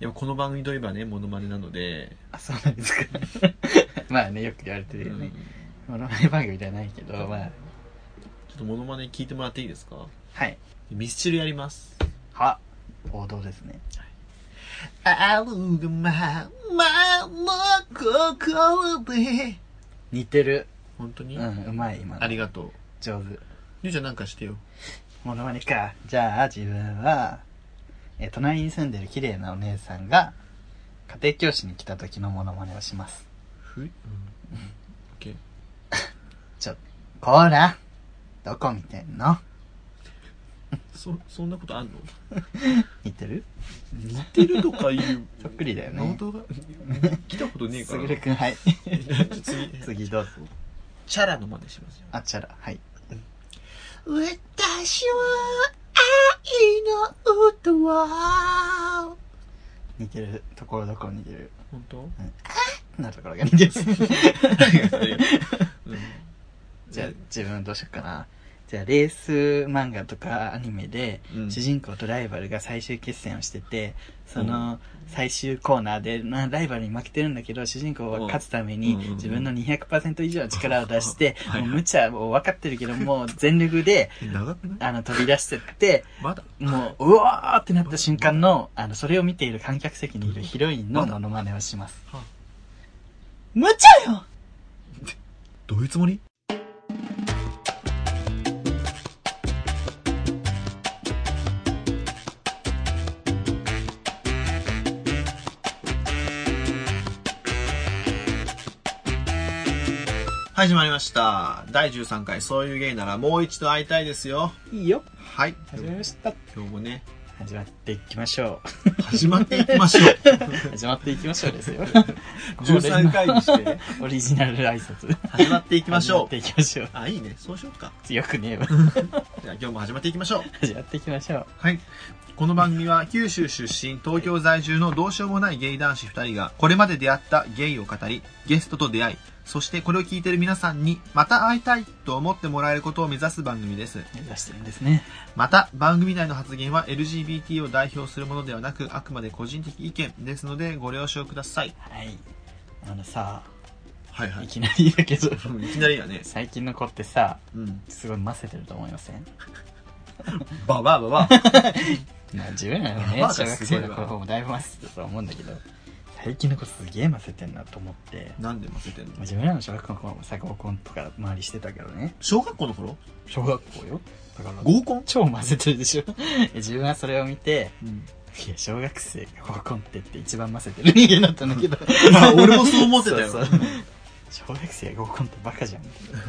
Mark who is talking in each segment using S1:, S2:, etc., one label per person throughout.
S1: やっぱこの番組といえばねモノマネなので、
S2: あそうなんですか まあねよく言われてるよ
S1: うん
S2: ね、モノマネ番組じゃないけどま
S1: ちょ
S2: あ
S1: っとモノマネ聞いてもらっていいですか
S2: はい
S1: ミスチルやります
S2: は王道ですね
S1: あるままの心で
S2: 似てる
S1: 本当に、
S2: うんうまい今の
S1: ありがとう
S2: 上手
S1: りゅうちゃんなんかしてよ
S2: モノマネかじゃあ自分はえー隣に住んでる綺麗なお姉さんが家庭教師に来た時のモノマネをします
S1: ふい、うん、OK
S2: ちょこーらどこ見てんの
S1: そそんなことあんの
S2: 似てる
S1: 似てるとかいう
S2: そっくりだよ ね
S1: 本当が来たことねえ
S2: す
S1: から
S2: ぐるくんはい
S1: 次
S2: 次どうぞ
S1: チャラの真似しますよ
S2: あちゃらはい
S1: 私は愛の音は
S2: 似てるところどころ似てる
S1: 本 当
S2: なところが似てる
S1: うん
S2: じゃあ自分どうしようかなじゃあレース漫画とかアニメで、
S1: うん
S2: 主人公とライバルが最終決戦をしててその最終コーナーで、なライバルに負けてるんだけど主人公は勝つために
S1: うん
S2: 自分の200%以上の力を出して、
S1: はいはい
S2: もう無茶を分かってるけどもう全力で
S1: え長くない
S2: あの飛び出してって
S1: まだ
S2: もううわーってなった瞬間のあのそれを見ている観客席にいるヒロインのモノマネをします
S1: はあ
S2: 無茶よ
S1: どういうつもり始まりました第13回「そういうゲイならもう一度会いたいですよ
S2: いいよ」
S1: はい
S2: 始まりました
S1: 今日もね
S2: 始まっていきましょ
S1: 始まっていきましょう
S2: う始まっていきましょうです よ
S1: 13回にして
S2: オリジナル挨拶
S1: 始まっていきまし
S2: 始ま
S1: ょ
S2: って
S1: う
S2: いきましょう
S1: あいいねそうしようか
S2: 強くねえわ
S1: じゃあ今日も始まっていきましょう
S2: 始まっていきましょう
S1: はい。この番組は九州出身、東京在住のどうしようもないゲイ男子2人がこれまで出会ったゲイを語り、ゲストと出会い、そしてこれを聞いている皆さんにまた会いたいと思ってもらえることを目指す番組です。
S2: 目指してるんですね
S1: また、番組内の発言は LGBT を代表するものではなく、あくまで個人的意見ですのでご了承ください。
S2: はいあのさ
S1: はい
S2: い。きなりだけど
S1: いきなりやね。
S2: 最近の子ってさ
S1: うん。
S2: すごいませてると思いません
S1: ばばばば。
S2: まあ自分らのね
S1: まあ
S2: 小学生の
S1: すごい
S2: 頃もだいぶませてたと思うんだけど最近の子すげえませてんなと思って
S1: なんで混ぜてんの
S2: 自分らの小学校の頃もさ合コンとか周りしてたけどね
S1: 小学校の頃
S2: 小学校よだから
S1: 合コン
S2: 超混ぜてるでしょ 自分はそれを見て
S1: うん。
S2: いや小学生が合コンってって一番混ぜてる人間だったんだけど
S1: 俺もそう思ってたよ。
S2: そうそう小学生が合コンってバカじゃんみ たいな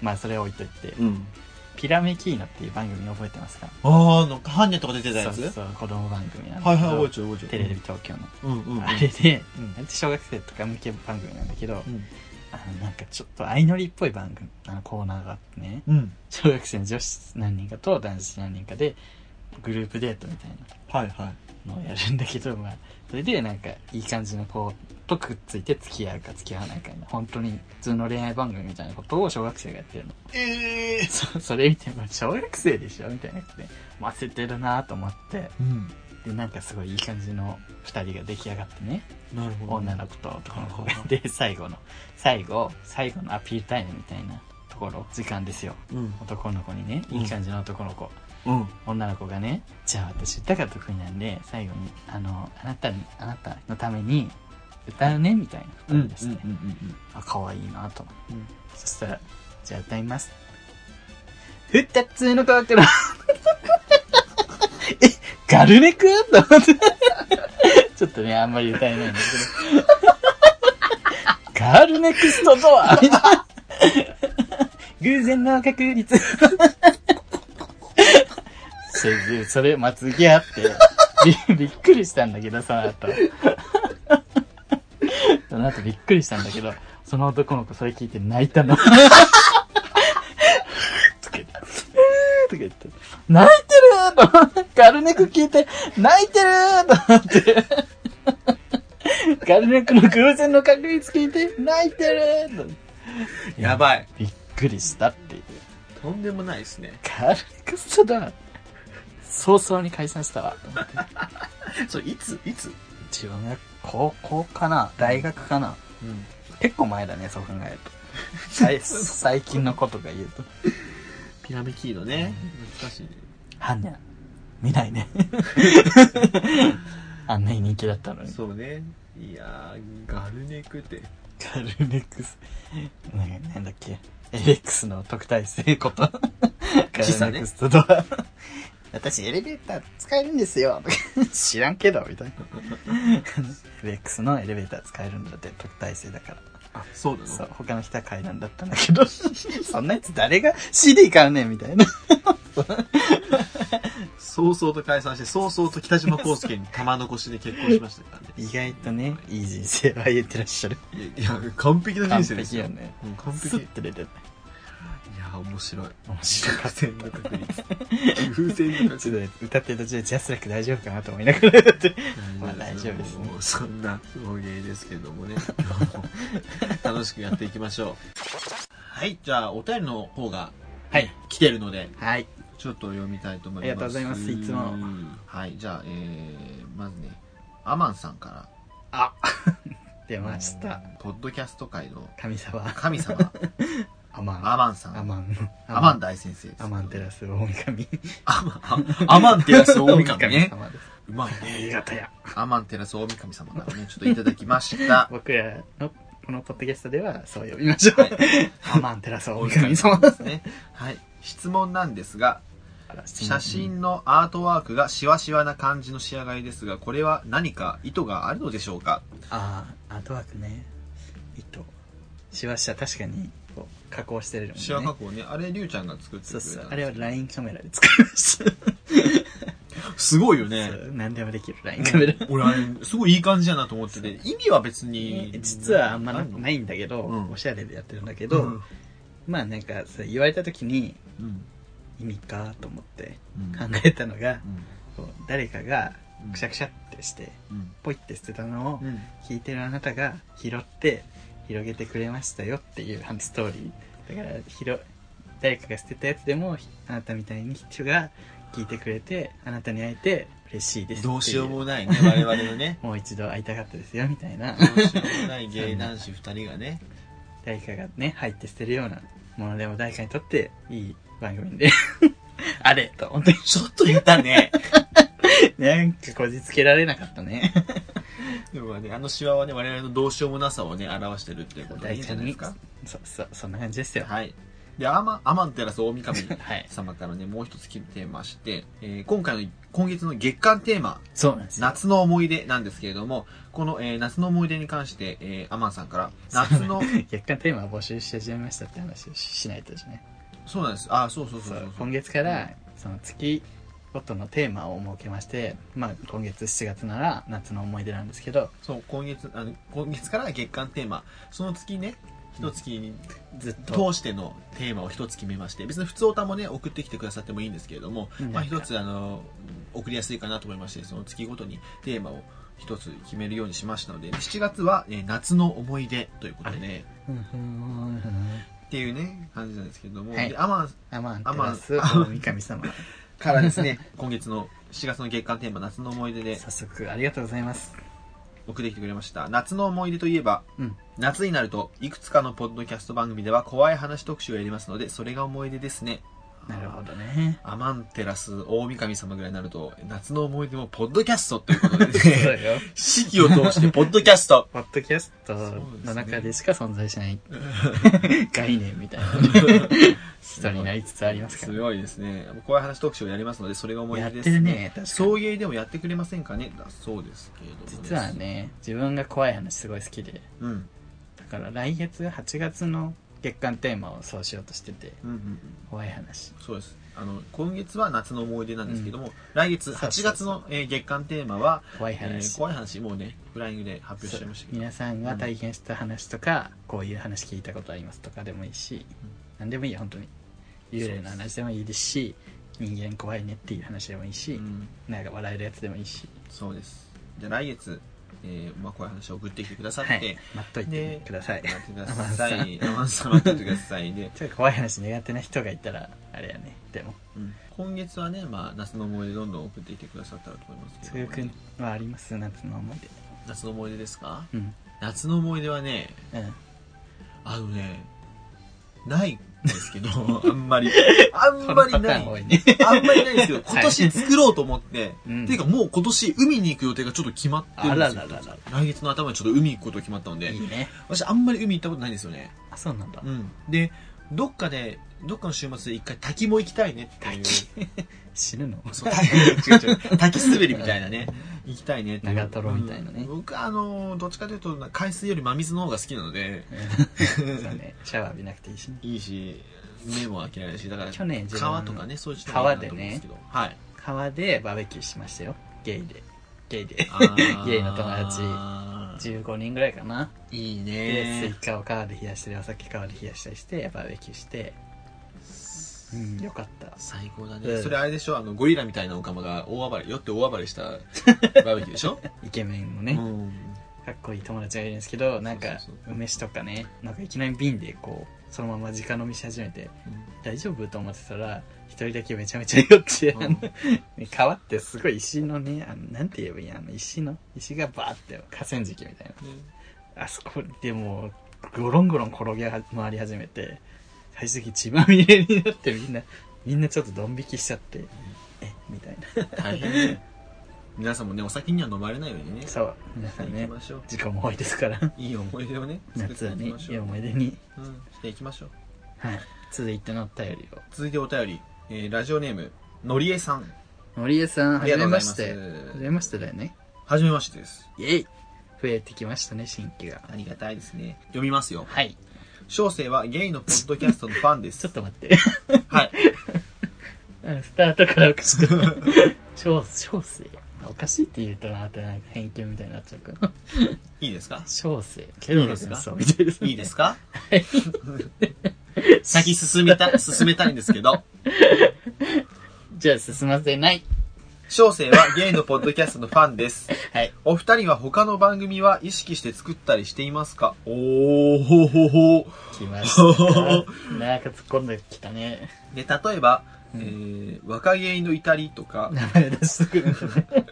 S2: まあそれは置いといて
S1: うん。
S2: 「ピラメキーナ」っていう番組覚えてますか
S1: ああ、なんか、ハンネとか出てたやつ
S2: そうそう子供番組なん
S1: は
S2: だ
S1: い
S2: け
S1: はい、
S2: ど、
S1: 覚えちゃう、覚えち
S2: テ
S1: ゃう。
S2: レビ東京の、
S1: うんうんうん。
S2: あれで、
S1: うん
S2: なんて小学生とか向け番組なんだけど
S1: うん。
S2: あのなんかちょっと相乗りっぽい番組あのコーナーがあってね
S1: うん。
S2: 小学生の女子何人かと男子何人かでグループデートみたいな
S1: はいはい。
S2: のをやるんだけど、まあ、それでなんかいい感じの子とくっついて付き合うか付き合わないかみたいな本当に普通の恋愛番組みたいなことを小学生がやってるの
S1: ええ
S2: そそれ見ても小学生でしょみたいなってませてるなと思って
S1: うん。
S2: でなんかすごいいい感じの2人が出来上がってね
S1: なるほど。
S2: 女の子と男の子で最後の最後最後のアピールタイムみたいなところ時間ですよ
S1: うん。
S2: 男の子にねいい感じの男の子、
S1: うん。
S2: 女の子がね「じゃあ私歌が得意なんで最後にあのあなたにあなたのために歌うね」みたいな
S1: うん。うん。うん。
S2: 二人ですね、あ可愛いなと思って、
S1: うん
S2: そしたら「じゃあ歌います」「二つの心」 えガルネくんと思ってちょっとねあんまり歌えないんだけど ガールネクストドアみたいな偶然の確 率それでそれまつげあってび びっくりしたんだけどその後 その後びっくりしたんだけどその男の子それ聞いて泣いたの とか言って「うー」とか言って「泣いてる!」と思ってガルネク聞いて「泣いてる!」と思 ってガルネクの偶然の確率聞いて「泣いてる!」と思って
S1: やばい。
S2: びっくりしたっていう
S1: とんでもないですね。
S2: ガルネクストだ早々に解散したわと思って
S1: それ、いついつ
S2: 自分が高校かな大学かな
S1: うん。
S2: 結構前だね、そう考えると。最最近のことが言うと。
S1: ピラミキードね。難しいね。
S2: はんにゃん。見ないね。あんなに人気だったのに。
S1: そうね。いやー、ガルネクって。
S2: ガルネックス。なんかなんだっけ。エレックスの特待生 こと。ガルネ
S1: 時差ね
S2: ックスとドア。私エレベーター使えるんですよ。 とか知らんけど、みたいな。エレックスのエレベーター使えるんだって、特待生だから。
S1: あ、そうなの
S2: そう、他の人は階段だったんだけど、 そんなやつ誰が CD 買うねんみたいな。
S1: そうそうと解散して、そうそうと北島康介に玉残しで結婚しましたからね。
S2: 意外とね、いい人生を歩いてらっしゃる。
S1: いや、いや完璧な
S2: 完
S1: 人生です
S2: 璧
S1: よ。
S2: よね。
S1: うん完
S2: ス
S1: 璧。い
S2: ッて出てる。
S1: や、面白い。
S2: 面白い。
S1: 偶然の確率。偶然の確
S2: ち
S1: 率。
S2: ょっと歌ってる途中でジャスラック大丈夫かなと思いながらやって。まあ大丈夫ですね
S1: もうそんなお芸ですけども ね。楽しくやっていきましょう。はい、じゃあお便りの方が
S2: はい。
S1: 来てるので、
S2: はい。
S1: ちょっと読みたいと思います。
S2: ありがとうございますいつも。
S1: はい、じゃあ、えー、まずね、アマンさんから。
S2: あ出ました。。
S1: ポッドキャスト界の
S2: 神様。
S1: 神様、
S2: アマン。
S1: アマンさ
S2: ア
S1: ん。
S2: マン。
S1: アマン。大先生です。
S2: アマンテラス大神。
S1: アマン、アマンテラス大神ね。
S2: 様です
S1: うまいね。
S2: 新潟や。
S1: アマンテラス大神様からね、ちょっといただきま した。
S2: 僕らのこのポッドキャストではそう呼びましょう。アマンテラス大
S1: 大
S2: 神
S1: 神
S2: 様
S1: 様。ですね。はい。質問なんですが、写真のアートワークがシワシワな感じの仕上がりですが、これは何か意図があるのでしょうか
S2: ああアートワークね糸しわしわ確かにこう加工してるもんね
S1: シワ加工ね、あれ、りゅうちゃんが作ってくれ
S2: そう
S1: た
S2: そう
S1: の
S2: あれは LINE カメラで作りました、
S1: すごいよね
S2: そ。う何でもできる LINE カメラ、
S1: 俺、あれ、すごいいい感じやなと思ってて、意味は別に。
S2: 実はあんまな
S1: るの
S2: ないんだけど、
S1: うん
S2: おしゃれでやってるんだけど、まあなんかそう言われた時に
S1: うん。
S2: 意味かと思って
S1: うん
S2: 考えたのが、
S1: うん
S2: こう誰かが
S1: うん
S2: くしゃくしゃってして
S1: うん
S2: ポイって捨てたのを
S1: うん
S2: 聞いてるあなたが拾って広げてくれましたよっていうストーリーだからひろ誰かが捨てたやつでもひあなたみたいに人が聞いてくれてあなたに会えて嬉しいですっていう。
S1: どうしようもないね、我々のね
S2: もう一度会いたかったですよみたいな
S1: どうしようもない芸男子二人がね。
S2: 誰かがね入って捨てるようなものでも誰かにとっていい番 組であれと思って
S1: ちょっと言ったね。
S2: なんかこじつけられなかったね
S1: でもね、あのシワはね、我々のどうしようもなさをね、表してるっていうことでいいんじゃないですか。
S2: そそそんな感じですよは
S1: はい。で、アマアマンテラス大神
S2: い
S1: 様からね、もう一つ来てまして、えー今回の、今月の月間テーマ、
S2: そうなんですよ
S1: 夏の思い出なんですけれども、この、えー夏の思い出に関して、えーアマンさんから、夏の、
S2: 月間テーマを募集し始めましたって話をししないとですね
S1: そうなんです。あ、そうそうそ
S2: そう
S1: そう
S2: う今月からその月ごとのテーマを設けまして、まあ、今月7月なら夏の思い出なんですけど
S1: そう、今月、あの、今月から月間テーマ、その月ね、一月に
S2: ずっと
S1: 通してのテーマを一つ決めまして別に普通歌もね送ってきてくださってもいいんですけれども、
S2: うん
S1: まあ、一つあの送りやすいかなと思いましてその月ごとにテーマを一つ決めるようにしましたので7月は、えー夏の思い出ということで、
S2: うんうんうん
S1: っていうね感じなんですけれども、
S2: はい
S1: でアマン
S2: アマンテ
S1: アマン
S2: ラス大 神様
S1: からですね 今月の7月の月間テーマ夏の思い出で
S2: 早速ありがとうございます
S1: 送ってきてくれました夏の思い出といえば
S2: うん
S1: 夏になるといくつかのポッドキャスト番組では怖い話特集をやりますのでそれが思い出ですね
S2: なるほどね
S1: アマンテラス大神様ぐらいになると、夏の思い出もポッドキャストということで、
S2: そう よ
S1: 四季を通してポッドキャスト
S2: ポッドキャストの中でしか存在しない 概念みたいな 人になりつつありますか
S1: すごいですね。怖い話特集をやりますので、それが思
S2: ら
S1: い
S2: や
S1: 出
S2: っ
S1: で
S2: て
S1: す
S2: るね確かに
S1: 送迎でもやってくれませんかねだそうですけれども、
S2: 実は。ね自分が怖い話すごい好きで
S1: うん。うん
S2: だから来月8月の月間テーマをそうしようとしてて
S1: うんうん。
S2: 怖い話
S1: そうです。あの、今月は夏の思い出なんですけども、来月8月のえー月間テーマは、
S2: 怖い
S1: え
S2: 話、
S1: ー怖い話、もうね、フライングで発表し
S2: そ
S1: ちゃいうましたけど。
S2: 皆さんが体験した話とか、こういう話聞いたことありますとかでもいいし、
S1: うん
S2: 何でもいいよ本当に幽霊の話でもいいですし人間怖いねっていう話でもいいし、
S1: うん
S2: なんか笑えるやつでもいいし
S1: そうです。じゃあ来月えーまあ、こういう話を送ってきてくださって、
S2: はい待っといて
S1: で
S2: ください
S1: 待ってくだ
S2: アマンさ
S1: さ
S2: ん
S1: いアマンさん待っててくださいで、
S2: ちょっと怖い話苦手な人がいたらあれやねでも
S1: うん今月はね、まあ、夏の思い出どんどん送ってきてくださったらと思いますけど
S2: つぐくんはあります夏の思い出
S1: 夏の思い出ですか
S2: うん
S1: 夏の思い出はね
S2: うん
S1: あのねないんです けどあんまりあんま
S2: このパ
S1: り
S2: タ
S1: な
S2: ーン多
S1: い
S2: いね
S1: あんまりないんですけど今
S2: は
S1: 年作ろうと思って、
S2: うん
S1: っていうかもう今年海に行く予定がちょっと決まってるんですよ
S2: あらららら
S1: 来月の頭にちょっと海行くことが決まったので
S2: いいね
S1: 私あんまり海行ったことないんですよね
S2: あそうなんだ
S1: うんでどっかでどっかの週末で一回滝も行きたいねっていう
S2: 滝死ぬの
S1: そう滝違う違う滝滑りみたいな ね行きたいねっていう
S2: 長瀞みたいなね
S1: うん僕はあのどっちかというと海水より真水の方が好きなので
S2: うんそう ねシャワー浴びなくていいしね
S1: いいし目も飽きられるしだから
S2: 去年自分
S1: 川とかねそういう人もいいなと思うんですけど、 はい
S2: 川でバーベキューしましたよゲイでゲイ で
S1: あー
S2: ゲイの友達15人ぐらいかない
S1: い
S2: で
S1: ね
S2: スイカを川で冷やしたりお酒川で冷やしたりしてバーベキューしてうんよかった
S1: 最高だね、
S2: うん
S1: それあれでしょあのゴリラみたいなオカマが大暴れ酔って大暴れしたバーベキューで しょ、
S2: イケメンの
S1: う
S2: ね
S1: ん、
S2: かっこいい友達がいるんですけどなんか
S1: そうそうそう
S2: 梅酒とかねなんかいきなり瓶でこうそのまま直飲みし始めて大丈夫と思ってたら一人だけめちゃめちゃ酔って、
S1: うん
S2: あの川ってすごい石のねあのなんて言えばいいのあの石の石がバーって河川敷みたいなあそこでもうゴロンゴロン転げ回り始めて最終的に血まみれになってみんなみんなちょっとドン引きしちゃって、えみたいな
S1: 大変 皆さんもねお酒には飲まれないようにね
S2: そう皆さん
S1: 行き
S2: ね
S1: ましょう
S2: 事故も多いですから
S1: いい思い出をね作って
S2: 夏はい
S1: き
S2: ね
S1: まし
S2: いい
S1: ょう、
S2: 思い出に、
S1: うん、していきましょう
S2: はい、続いてのお便りを
S1: 続いてお便り、えーラジオネームのりえさん
S2: 森江さん
S1: あ
S2: は
S1: り
S2: じ
S1: がと
S2: め
S1: うご
S2: ま
S1: ざいま
S2: し
S1: す
S2: てはじめましてだよね
S1: はじめましてです
S2: イエイ増えてきましたね新規が
S1: ありがたいですね読みますよ
S2: はい
S1: 小生はゲイのポッドキャストのファンで
S2: ち
S1: す
S2: ょっと待って
S1: はい
S2: うんスタートからおかしくなる小小生おかしいって言うとなってなんか偏見みたいになっちゃうから
S1: いいですか
S2: 小生けどですかそうみたいです
S1: いいです か
S2: い
S1: 先進めた 進めたいんですけど
S2: じゃあ進ませない
S1: 小生はゲイのポッドキャストのファンです
S2: はい
S1: お二人は他の番組は意識して作ったりしていますかおーほほほ
S2: 来ましたなんか突っ込んできたね
S1: で例えば、
S2: うん
S1: えー若芸の至りと か
S2: 名前出してくるんだね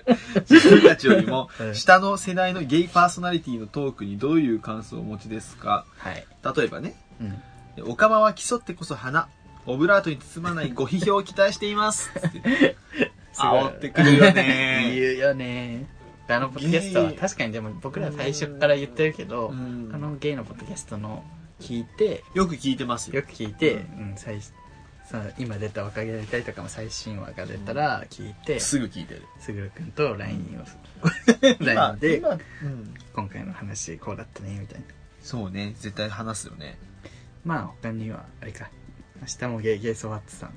S1: 自分たちよりも
S2: うん
S1: 下の世代のゲイパーソナリティのトークにどういう感想をお持ちですか
S2: はい、
S1: 例えばね
S2: うん、
S1: 「おかまは競ってこそ花オブラートに包まないご批評を期待してい ます」って
S2: すごい
S1: 煽ってくるよ ね
S2: 言うよねあのポッドキャストは確かにでも僕ら最初から言ってるけど、
S1: うん
S2: あのゲイのポッドキャストの聞いて
S1: よく聞いてますよ
S2: よく聞いて、うん、最その今出た「若気でたり」とかも最新話が出たら聞いて、
S1: すぐ聞いてる
S2: すぐるくんと LINE をする
S1: 今
S2: LINE で
S1: 今うん
S2: 今回の話こうだったねみたいな
S1: そうね絶対話すよね
S2: まあ他にはあれか明日もゲイゲイソワッツさん、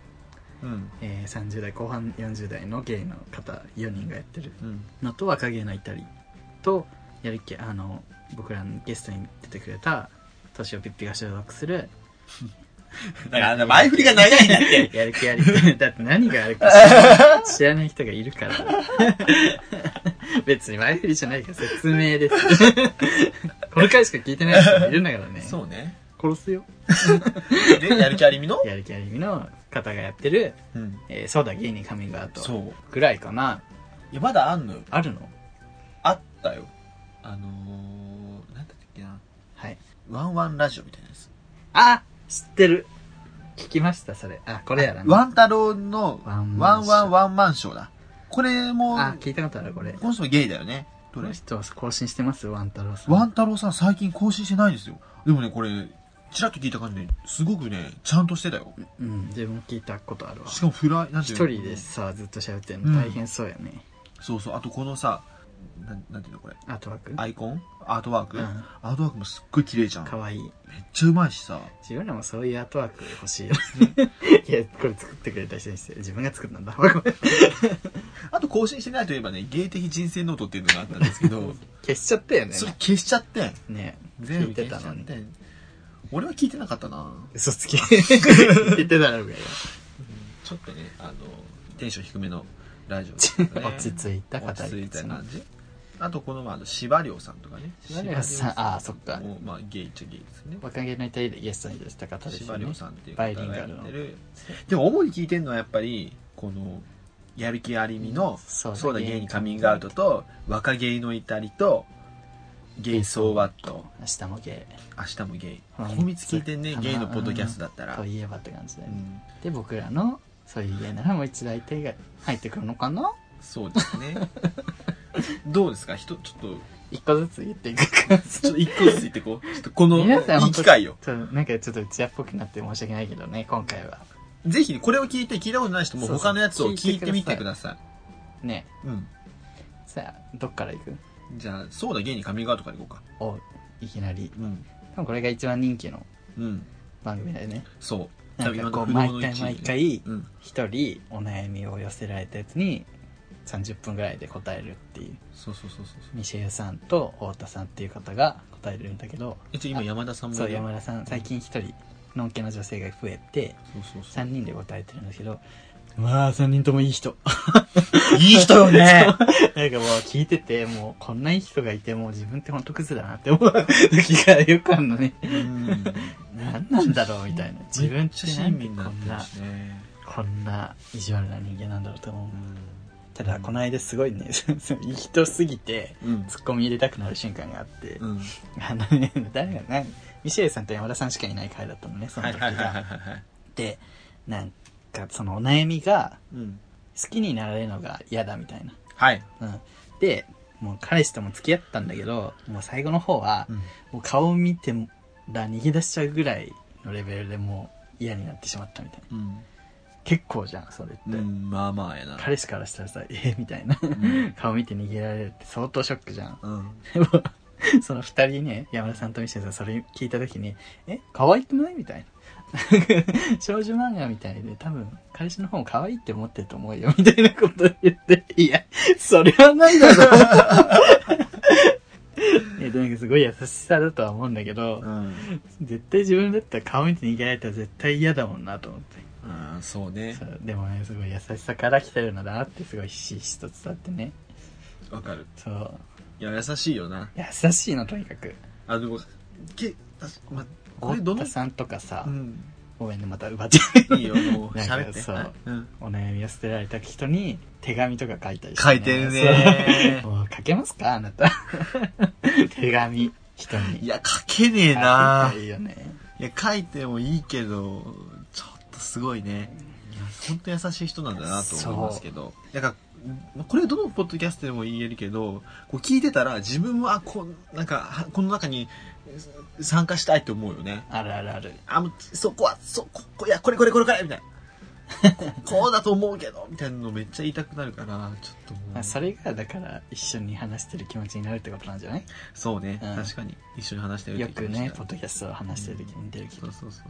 S1: うん
S2: えー、30代後半40代のゲイの方4人がやってる
S1: うん
S2: のと若気のいたりとやるっけあの僕らのゲストに出てくれた年をピッピが所属する
S1: だからあの前振りが長いんだって
S2: やる気あり。だって何があるか知らない知らない人がいるから。別に前振りじゃないから説明です。 この回しか聞いてない人もいるんだから ね。
S1: そうね
S2: 殺すよ。
S1: でやる気ありみの
S2: やる気ありみの方がやってる、
S1: うん
S2: えー、そうだ芸人カミングアウ
S1: そ
S2: ト
S1: う
S2: ぐらいかな。
S1: いやまだあんのよ
S2: あるの
S1: あったよあのー、なんだったっけな
S2: はい。
S1: ワンワンラジオみたいなやつ
S2: あ知ってる聞きました、それ。あ、これやら
S1: ワン太郎の
S2: ワン
S1: ワ
S2: マン
S1: ン
S2: ショー
S1: ワンワンマンショーだ。これも、
S2: あ、聞いたことある、これ。
S1: この人もゲイだよね。
S2: こ
S1: どれ
S2: の人更新してますワン太郎さん。
S1: ワン太郎さん最近更新してないんですよ。でもね、これ、ちらっと聞いた感じね、すごくね、ちゃんとしてたよ。
S2: うん、自分も聞いたことあるわ。
S1: しかもフライ、なんてい
S2: 一
S1: うの
S2: 人で。さ、ずっと喋ってるの大変そうやね。
S1: そうそう。あとこのさ、なんなんていうのこれ。
S2: アートワーク
S1: アイコンアートワーク、
S2: うん
S1: アートワークもすっごい綺麗じゃん。
S2: か
S1: めっ
S2: わいい
S1: ちゃうまいしさ。
S2: 自分らもそういうアートワーク欲しいよ いやこれ作ってくれた人にして自分が作ったんだごめ ん
S1: あと更新してないといえばね、芸的人生ノートっていうのがあったんです けど、
S2: 消しちゃったよね
S1: それ消しちゃってん。
S2: ね
S1: 全
S2: 聞
S1: 部
S2: いて
S1: 消したちゃ
S2: の
S1: っ
S2: に
S1: てん。俺は聞いてなかったな。
S2: 嘘つき 聞いてたのがよ
S1: ちょっとね、あの、テンション低めのラジオですね
S2: 落ち着いた語り
S1: 落ち着いた
S2: 口の
S1: 感じ。あとこのまあ柴涼さんとかね
S2: 柴涼さんあーそっか
S1: もうまあゲイっちゃゲイですね
S2: 若気の至りでイエスに出した方です
S1: 柴
S2: よね
S1: 涼さんっていう方がやって
S2: バイリ
S1: るでも主に聞いてるのはやっぱりこのやる気ありみの
S2: そうだ
S1: そうだゲイにカミングアウトと若ゲイの至りとゲイソーワット
S2: 明日もゲ
S1: 明日もゲイ
S2: う
S1: こ
S2: ん
S1: みつ聞いてんね
S2: うん
S1: ゲイのポッドキャストだった
S2: イ
S1: ら
S2: といえばって感じで、
S1: うん
S2: で僕らのそういうゲイならもう一大体が入ってくるのかな
S1: そうですね どうですか人ちょっと
S2: 一個ずつ言っていく感じ
S1: ちょっと一個ずつ言って こう。ちょっとこの、
S2: 皆さん
S1: いい
S2: 本
S1: 機
S2: 当
S1: 会を。
S2: ちょっとなんかちょっとうちらっぽくなって申し訳ないけどね今回は
S1: ぜひ、これを聞いて、聞いたことない人も
S2: そうそう
S1: 他のやつを聞いてみてくださ
S2: ね
S1: い。うん。
S2: さあどっから行く
S1: じゃあ、そうだ、芸人カミングアウトからいこうか。
S2: おいきなり
S1: うん。
S2: 多分これが一番人気の
S1: うん。
S2: 番組だよね
S1: そう。
S2: なんかこう
S1: 多分今
S2: 毎
S1: の
S2: 回
S1: 不動の
S2: 毎
S1: 一位
S2: 回
S1: うん。
S2: 一人お悩みを寄せられたやつに30分ぐらいで答えるっていう
S1: そうそうそうそうそう。
S2: ミシェルさんと太田さんっていう方が答えるんだけど
S1: え、ちょ、今山田さんもいる
S2: そう山田さん最近一人のんけの女性が増えて
S1: そうそうそう。
S2: 3人で答えてるんだけどまあ3人ともいい人
S1: いい人よ ね
S2: なんかもう聞いててもうこんないい人がいてもう自分ってほんとクズだなって思う時がよくあるのね
S1: うん。
S2: 何なんだろうみたいな自分
S1: め
S2: っ
S1: っちゃ
S2: て
S1: 親
S2: なん
S1: 身
S2: で
S1: に
S2: こ
S1: なっ
S2: ん
S1: てる
S2: な
S1: しね。
S2: こんな意地悪な人間なんだろうと思う
S1: う
S2: ただこの間すごいね いい人すぎて
S1: ん。うん。
S2: ツッコミ入れたくなる瞬間があって、
S1: うん。
S2: あのね誰が何ミシェルさんと山田さんしかいない回だったのねそ
S1: はい
S2: の時
S1: はいはいは
S2: が
S1: いはい。
S2: でなんかそのお悩みが
S1: うん。
S2: 好きになられるのが嫌だみたいな、
S1: はい。
S2: うん、でもう彼氏とも付き合ったんだけどもう最後の方は
S1: うん
S2: もう顔を見てら逃げ出しちゃうぐらいのレベルでもう嫌になってしまったみたいな
S1: うん。
S2: 結構じゃんそれって、
S1: うん。まあまあやな。
S2: 彼氏からしたらさえみたいな、
S1: ん
S2: 顔見て逃げられるって相当ショックじゃん
S1: うん。
S2: でも その二人ね山田さんとミシェルさんそれ聞いた時に「え可愛くない?」みたいな 少女漫画みたいで多分彼氏の方も可愛いって思ってると思うよみたいなことを言って 「いやそれはないだろ う」えなんかすごい優しさだとは思うんだけど
S1: うん。
S2: 絶対自分だったら顔見て逃げられたら絶対嫌だもんなと思って
S1: うんそうね
S2: そうでもねすごい優しさから来てるのだなってすごいひしひしと伝わってね
S1: わかる
S2: そう
S1: いや優しいよな
S2: 優しいのとにかく
S1: あでもけ確か、ま、これ
S2: 太
S1: どの
S2: 田さんとかさ、
S1: うん
S2: ごめんね、また奪っちゃ
S1: いいよもう喋って
S2: なんかそう
S1: うん、
S2: う。お悩みを捨てられた人に手紙とか書いたりして、
S1: 書いてるね
S2: そう。もう書けますかあなた。 手紙、人に。
S1: いや書けねえ
S2: 書いた
S1: な
S2: らいいよね。
S1: いや書いてもいいけどちょっとすごいねいや本当優しい人なんだなと思いますけどだからこれどのポッドキャストでも言えるけどこう聞いてたら自分はこうなんかはこの中に参加したいと思うよね
S2: あるあるある。
S1: あ、もうそこは、そこ、こいや、これこれこれこれみたいな。ここうだと思うけど、みたいなのめっちゃ言いたくなるから、ちょっとも
S2: ま
S1: う。
S2: あそれが、だから、一緒に話してる気持ちになるってことなんじゃない
S1: そうね、
S2: うん
S1: 確かに。一緒に話してる
S2: よくね、ポ
S1: ッ
S2: ッドキャストを話してる時に出る気
S1: そ
S2: 分
S1: うそうそうそう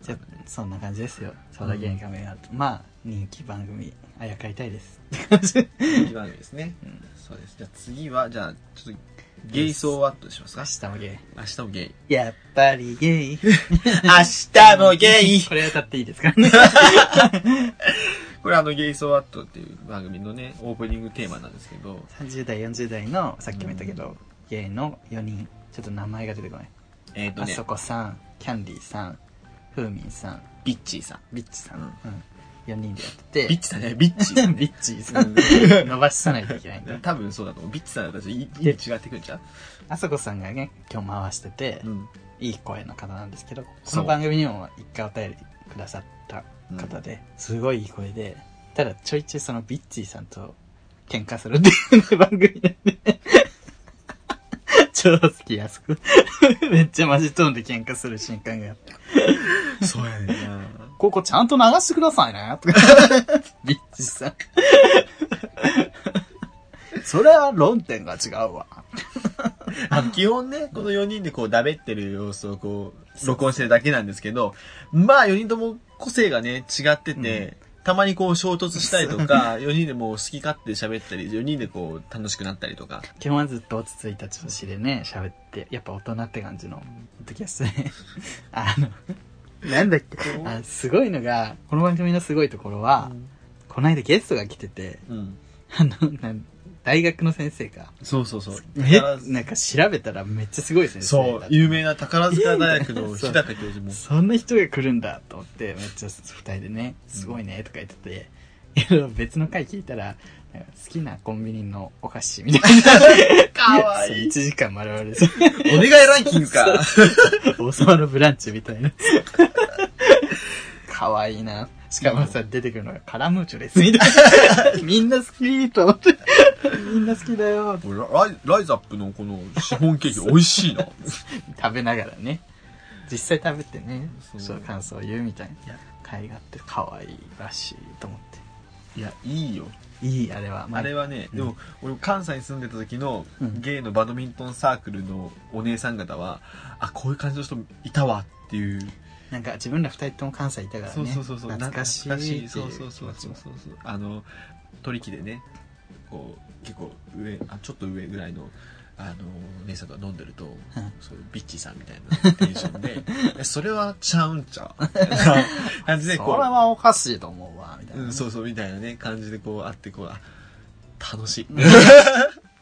S2: じ
S1: そう
S2: ゃ。あそんな感じですよ。そうだけにカメラと。まあ、人気番組、あやかりたいです。
S1: 次番組ですね、
S2: うん
S1: そうです。じゃあ次は、じゃあ、ちょっと、ゲイソーワットします
S2: 明
S1: か
S2: 日もゲイ。
S1: 明日もゲイ。
S2: やっぱりゲ
S1: 明
S2: イ。
S1: 日もゲイ
S2: これ歌っていいですかね。
S1: これあの、ゲイソーワットっていう番組のね、オープニングテーマなんですけど、
S2: 30代40代のさっきも言ったけど、ゲイの4人ちょっと名前が出てこない、
S1: えっ、と
S2: あ
S1: ね
S2: そ、こさんキャンディーさんふーみんさん
S1: ビッチーさん。
S2: ビッチさん、うん4人でやってて
S1: ビッチさん ね、ビッチー
S2: ビッチーさ、
S1: うんん。
S2: 伸ばさないといけないんだ
S1: 多分そうだと思う。ビッチさんだと意味違ってくるんちゃう
S2: あそこさんがね今日回してて、
S1: ん。
S2: いい声の方なんですけどこ
S1: そう
S2: の番組にも一回お便りくださった方で、すごいいい声でただちょいちょいそのビッチーさんと喧嘩するっていうね番組なんで 超好きやすく めっちゃマジトーンで喧嘩する瞬間があって
S1: そうやねんな。
S2: ここちゃんと流してくださいね とかビッチーさん それは論点が違うわ
S1: あの基本ね、この4人でこう、だべってる様子をこう、
S2: そう
S1: 録音してるだけなんですけど、まあ4人とも個性がね、違ってて、たまにこう衝突したりとか、4人でもう好き勝手喋ったり、4人でこう楽しくなったりとか。
S2: 今日はずっと落ち着いた調子でね喋ってやっぱ大人って感じの時は すねあのなんだっけあすごいのがこの番組のすごいところは、こないだゲストが来てて
S1: うん。
S2: あのなん大学の先生か。
S1: そうそうそう。
S2: め
S1: 宝塚
S2: なんか調べたらめっちゃすごい先生
S1: そ
S2: だ
S1: う
S2: っ、た
S1: 有名な宝塚大学 の日高教授も。
S2: そんな人が来るんだと思ってめっちゃ二人でね「すごいね」とか言っててけど別の回聞いたらなんか好きなコンビニのお菓子みたいな
S1: かわい
S2: 1
S1: い。
S2: 時間丸々で
S1: お願いランキング か。
S2: 王様のブランチみたいな可愛いなしかもさ出てくるのがカラムーチョです みたいなみんな好きと思ってみんな好きだよ
S1: これライライザップのこのシフォンケーキ美味しいな。
S2: 食べながらね実際食べてね
S1: そう
S2: そう感想を言うみたい
S1: い
S2: な
S1: や
S2: 会があって可愛いらしいと思って
S1: いや、いいよ。
S2: いいあれは、
S1: あれはね、
S2: うん
S1: でも、俺、関西に住んでた時の
S2: うん
S1: ゲイのバドミントンサークルのお姉さん方は、あ、こういう感じの人いたわっていう。
S2: なんか自分ら二人とも関西いたからね
S1: そうそうそうそう。
S2: 懐かしいっていう
S1: そうそうそうそうそうそう。あの、取り木でね、こう、結構上、あちょっと上ぐらいの、あの、姉さんが飲んでると、そういうビッチさんみたいなテンション で、えそれはちゃうんちゃうみたいな感じで、
S2: それ
S1: こう、
S2: はおかしいと思うわみたいな、
S1: うん、そうそうみたいなね、感じでこうあって、こう、あ、楽し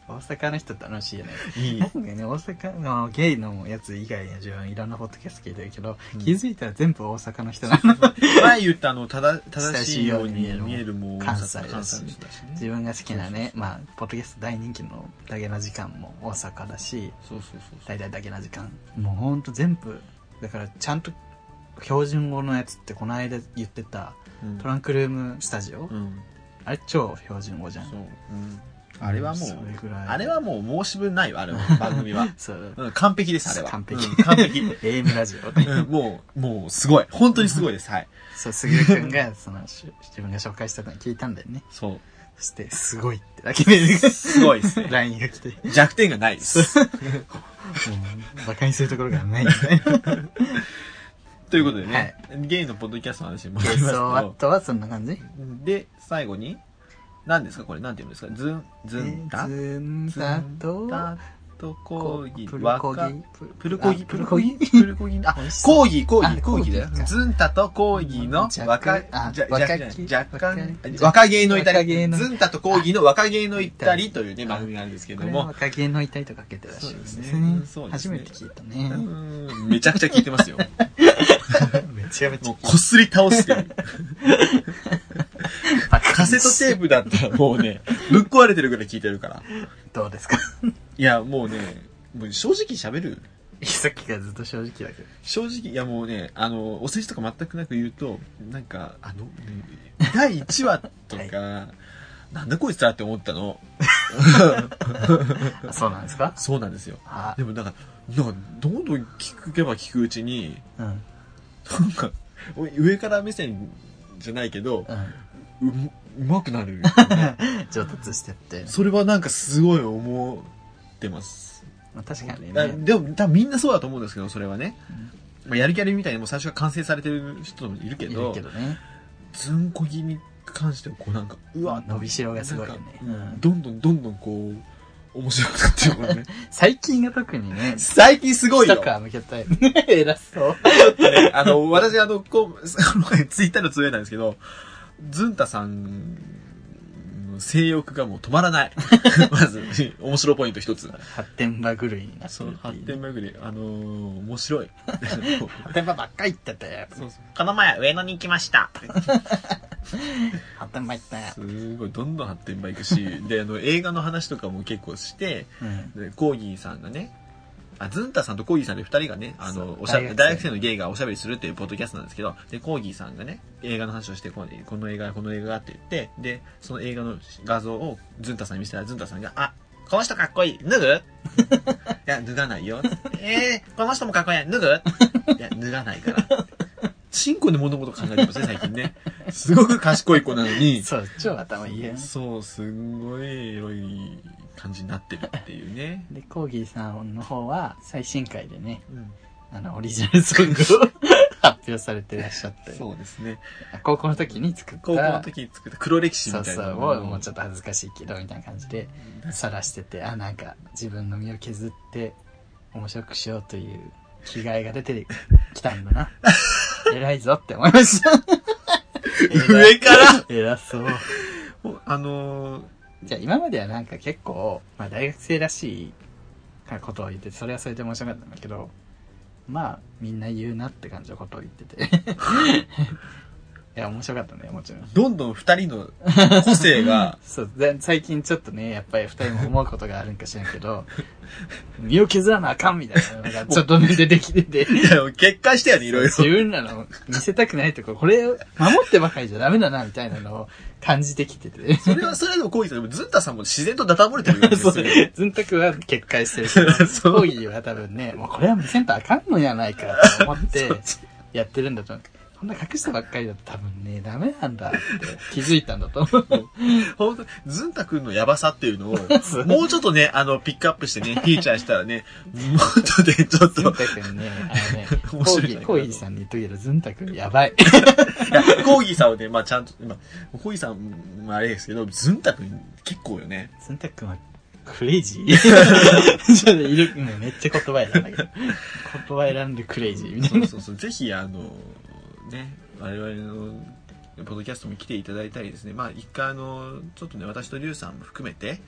S2: 大阪の人楽しいよね
S1: い。いい
S2: な。んかね大阪のゲイのやつ以外の自分いろんなポッドキャスト聞いてるけど、
S1: うん
S2: 気づいたら全部大阪の人なの
S1: 前言ったあの、ただ、正しいように
S2: 親しいよう
S1: 見
S2: に見
S1: え
S2: え
S1: る
S2: る
S1: もん、
S2: 関西だし
S1: 関西の人だし
S2: 自
S1: ね。
S2: 分が好きなねまあポッドキャスト大人気の「だけな時間」も大阪だし
S1: そうそうそう
S2: 「
S1: そう。
S2: 大々だけな時間」もうほんと全部だからちゃんと標準語のやつってこの間言ってた
S1: うん
S2: トランクルームスタジオ、
S1: うん。
S2: あれ超標準語じゃん
S1: そう。うん。あれはもう
S2: それぐらい。
S1: あれはもう申し分ないわ、あれは、番組は
S2: そう
S1: うん、完璧です、あれは。
S2: 完璧
S1: うん完 璧。
S2: AM ラジオ
S1: うんもう、もう、すごい。本当にすごいです、はい。
S2: そう、すぐるくんが、その、し自分が紹介したのを聞いたんだよね。
S1: そ
S2: そして、すごいってだけで、
S1: う。すごいです ね。
S2: LINE が来て、も
S1: 弱点がないです。
S2: う、バカにするところが ないみたいな。
S1: ということでね、ゲイのポッドキャストの話に戻りますけ
S2: そう、あ
S1: ど。
S2: とはそんな感じ
S1: で、最後に、何ですかこれ、なんて言うんですかズン、ズンタ
S2: えーズンタと、
S1: タとコーギー、
S2: プルコ
S1: わか
S2: ギ、
S1: プルコギ、
S2: あプルコギ
S1: プルコギ、あ
S2: 美味し、そう
S1: コーギー、コーギー、
S2: あ
S1: コーギーだよ
S2: コーギー。か
S1: ズンタとコーギーの
S2: 若
S1: 若、
S2: あ
S1: じゃ
S2: 若
S1: 若
S2: き
S1: じゃ若干
S2: 若、
S1: 若芸のいた
S2: 若芸
S1: り、
S2: の
S1: ズンタとコーギーの若芸のいたり
S2: あ
S1: というね、番組なんですけ
S2: こ
S1: ど
S2: れ
S1: も
S2: は。若気の痛いとかけてらっしゃるんですね。
S1: そうです
S2: 初
S1: ね
S2: めて聞いた
S1: う
S2: ね。
S1: ーんめちゃくちゃ聞いてますよ。
S2: めちゃめち
S1: も
S2: ゃ
S1: うこすり倒してる。カセットテ
S2: ー
S1: ープだったらもうね、ぶっ壊れてるぐらい聞いてるから。
S2: プ。どうですか
S1: いや、もうね、もう正直喋る。
S2: さっきからずっと正直だけど。
S1: 正直、いやもうね、あの、お世辞とか全くなく言うと、なんか、あの、第1話とか、なんだこいつらって思ったの。
S2: あそうなんですか
S1: そうなんですよ。
S2: あ
S1: でもなんか、なんかどんどん聞けば聞くうちに、
S2: うん。うん。
S1: なんか、上から目線じゃないけど、う、うまくなる。
S2: 上達してって。
S1: それはなんかすごい思ってます。
S2: まあ、確かに
S1: あ
S2: ね。
S1: でも、多分みんなそうだと思うんですけど、それはね。まあ、やる気ありみたいにもう最初から完成されてる人もいるけ
S2: いる
S1: ど
S2: け、どね。
S1: ずんこぎに関してはこうなんか、うわ、
S2: 伸びしろがすごいよね
S1: なんか
S2: うん
S1: どんどんどんどんこう、面白くなってるもんね。
S2: 最近が特にね、
S1: 最近すごい
S2: 一
S1: よ。
S2: 皮向けたい。偉そう。
S1: ねあの、私、あの、こう、あのツイッターのつぶやいたんですけど、ずんたさんの性欲がもう止まらない。 まず、面白ポイント一つ。
S2: 発展場狂いになって
S1: そ
S2: る
S1: の
S2: ってい
S1: 発
S2: う
S1: 展前ぐらい、あのー面白い。
S2: 発展場ばっかり行ってたよ。
S1: そうそう
S3: この前上野に行きました。
S2: 発展場行ったよ。
S1: すごい、どんどん発展場行くし、で、あの、映画の話とかも結構して、
S2: うん。
S1: でコーギーさんがね、あ、ズンタさんとコーギーさんで二人がね、あ
S2: そ
S1: の
S2: う、
S1: おしゃ
S2: 大学生
S1: 大学生のゲイがおしゃべりするっていうポッドキャストなんですけど、で、コーギーさんがね、映画の話をして、こうこの映画、この映画がって言って、で、その映画の画像をズンタさんに見せたら、ズンタさんが、あ、
S3: この人かっこいい。脱 ぐ
S1: いや、脱がないよ。
S3: えー、この人もかっこいい。脱 ぐ
S1: いや、脱がないから。チンコで物事考えてますね、最近 ね。すごく賢い子なのに、
S2: そう、超頭いいよ。
S1: そう、すんごいエロい感じになってるっていうね。
S2: で、コーギーさんの方は、最新回でね、
S1: うん、
S2: あの、オリジナルソングを発表されてらっしゃって。
S1: そうですね。
S2: 高校の時に作った。
S1: 高校の時に作った黒歴史
S2: そ
S1: み
S2: う
S1: たい
S2: そ
S1: な
S2: う、
S1: の
S2: もうもうちょっと恥ずかしいけど、みたいな感じで、
S1: うん
S2: さらしてて、あ、なんか、自分の身を削って、面白くしようという気概が出てきたんだな。偉いぞって思いました。
S1: 上から
S2: 偉そう。
S1: あのー
S2: じゃあ今まではなんか結構、まあ、大学生らしいことを言っててそれはそれで面白かったんだけどまあみんな言うなって感じのことを言ってて いや面白かったねもちろん
S1: どんどん二人の個性 が
S2: そうで最近ちょっとねやっぱり二人も思うことがあるんか知らんけど 身を削らなあかんみたいなのがちょっとね出てきて て
S1: いや決壊したよねいろいろ
S2: 自分らの見せたくないとここれを守ってばかりじゃダメだなみたいなのを感じてきてて
S1: それはそれでもこういう人でもずんたさんも自然とダタ漏れてるよね
S2: そう
S1: 別に、
S2: ずんたくは決壊してるけど、
S1: そう
S2: 講義は多分ね、もうこれは見せんとあかんのやないかと思ってやってるんだと思う。こんな隠したばっかりだと多分ね、ダメなんだって気づいたんだと思う。
S1: 本当にずんたくんのヤバさっていうの を
S2: そう
S1: もうちょっとねあのピックアップしてねフィーチャーしたらねもっとねちょっ
S2: ずん
S1: と
S2: たくんね、あのね、
S1: 面
S2: 講
S1: 白い
S2: 義、
S1: ね
S2: 講義さんに言っとくけど、ずんたくんやばい。
S1: いやコーギーさんをねまあちゃんとまあコーギーさんもあれですけどずんたくん結構よね
S2: ずんたくんはクレイジー ちょっといる、うんめっちゃ言葉選んだけど、言葉選んでクレイジーみたいな。
S1: そうそうそうぜひあのね我々のポッドキャストも来ていただいたりですねまあ一回あのちょっとね私とリュウさんも含めて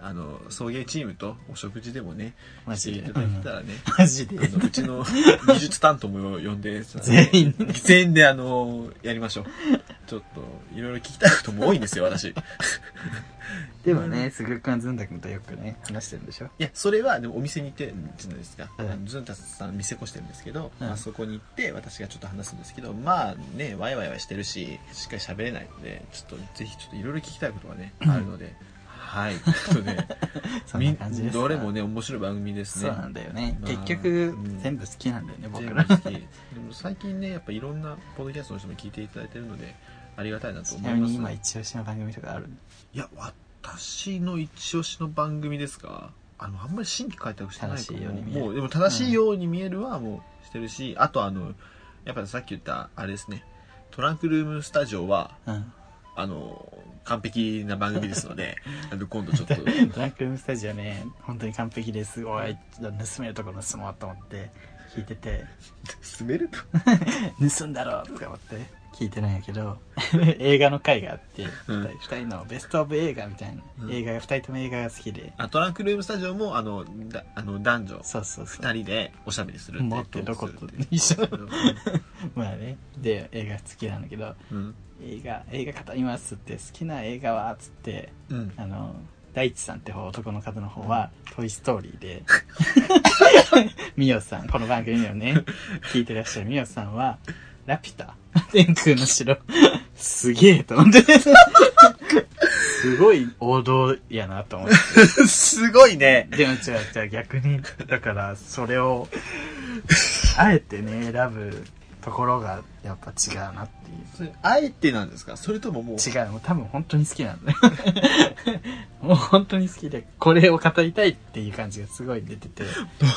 S1: あの送迎チームとお食事でもね
S2: マ
S1: して
S2: ジ
S1: い
S2: で。
S1: ただけたらね、
S2: マジで
S1: あ。のうち の技術担当も呼んで、さ
S2: 全員ね
S1: 全員であの、やりましょう。ちょっと、いろいろ聞きたいことも多いんですよ、私。い
S2: でもね、すぐるくんはずんたくんとよくね、話してるんでしょ
S1: や、それは、でもお店に行ってるじゃないですか。
S2: うん
S1: あのずんたさん店越してるんですけど、
S2: うん
S1: まあそこに行って、私がちょっと話すんですけど、まあね、ワイワイはしてるし、しっかり喋れないので、ちょっと、ぜひちょっといろいろ聞きたいことがね、あるので、はい。ということで、
S2: そんな感じです
S1: み
S2: か
S1: どれもね、面白い番組です
S2: そう
S1: ね。
S2: なんだよね、
S1: まあ
S2: 結局
S1: うん
S2: 全部好きなんだよね僕
S1: 全部
S2: ら
S1: 好きでも最近ねやっぱいろんなポッドキャストの人も聞いていただいてるのでありがたいなと
S2: ち
S1: 思
S2: ないみ
S1: ます
S2: に今一押しの番組とかある
S1: いや私の一押しの番組ですかあのあんまり新規開拓してない
S2: 正
S1: か
S2: しいよ
S1: も
S2: うに見える
S1: もうでも正しいように見えるはもうしてるし、あとあのやっぱさっき言ったあれですねトランクルームスタジオは
S2: うん
S1: あの完璧な番組ですの であの今度ちょっと
S2: トランクルームスタジオね本当に完璧ですごい盗めるところ盗もうと思って聞いてて
S1: 進めると
S2: 盗んだろとか思って聞いてないんやけど 映画の回があって
S1: うん
S2: 2人のベストオブ映画みたいな、
S1: うん
S2: 映画が2人とも映画が好きで
S1: あトランクルームスタジオもあのだあの男女
S2: そうそうそう
S1: 2人でおしゃべりする
S2: 持ってどこ
S1: トー
S2: と
S1: クする
S2: 一緒
S1: っていう
S2: まあねで映画好きなんだけど
S1: うん
S2: 映画映画語りますって好きな映画はつって
S1: うん
S2: あの大地さんって方男の方の方は「トイ・ストーリーで」ミオさんこの番組をね聞いてらっしゃるミオさんは「ラピュタ天空の城」すげえと思ってすごい王道やなと思っ
S1: すごいね。
S2: てでも違う違う逆にだからそれをあえてね選ぶところがやっぱ違うなっていう
S1: それ、あえてなんですかそれとももう。
S2: 違う、もう多分本当に好きなんだよ。もう本当に好きで、これを語りたいっていう感じがすごい出てて、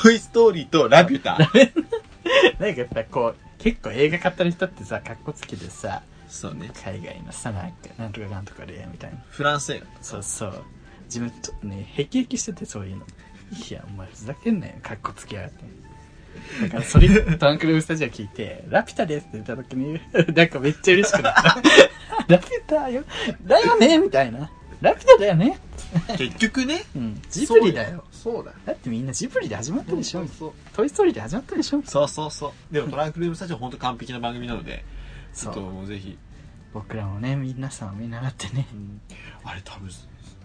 S1: トイストーリーとラピュタ。
S2: なんかやっぱこう、結構映画語る人ってさ、かっこつけてさ、
S1: そうね。
S2: 海外のさ、なんか、なんとかなんとかで、みたいな。
S1: フランス映画。
S2: そうそう。自分ちょっとね、へきへきしててそういうの。いや、お前ふざけんなよ、かっこつけやがって。だからそれ、トランクルームスタジオ聞いて、ラピュタですって言った時に、 なんかめっちゃ嬉しくなった。ラピュタよ、だよねみたいな。ラピュタだよね
S1: 結局ね。
S2: うん、ジブリだよ。
S1: そうだ。
S2: だってみんなジブリで始まったでし
S1: そ
S2: ょ
S1: うそう
S2: トイストーリーで始まったでしょ
S1: そうそうそう。でもトランクルームスタジオ本当完璧な番組なので、ち
S2: そ
S1: ょっと
S2: う。
S1: もうぜひ。
S2: 僕らもね、皆さんを見習ってね。
S1: あれ多分、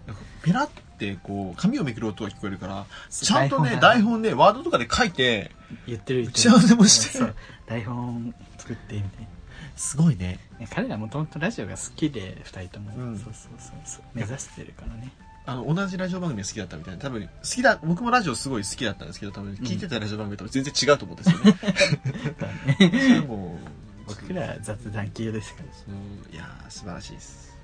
S1: なんかペラってこう、紙をめくる音が聞こえるから、
S2: そう
S1: ちゃんとね、
S2: 台
S1: 台
S2: 本
S1: 本ね、ワードとかで書いて、
S2: 言ってる言っ
S1: 打
S2: て
S1: ち
S2: る
S1: 合わせもして
S2: そう。台本作って、みたいな。
S1: すごいね。
S2: ね彼らもともとラジオが好きで、二人とも、
S1: うん
S2: そうそうそうそう。目指してるから ね。
S1: あの、同じラジオ番組が好きだったみたいな。多分、好きだ、僕もラジオすごい好きだったんですけど、多分、聞いてたラジオ番組と全然違うと思うんですよ ね。
S2: だからね
S1: それも
S2: 僕らは雑談系ですか
S1: そういやー素晴らしいです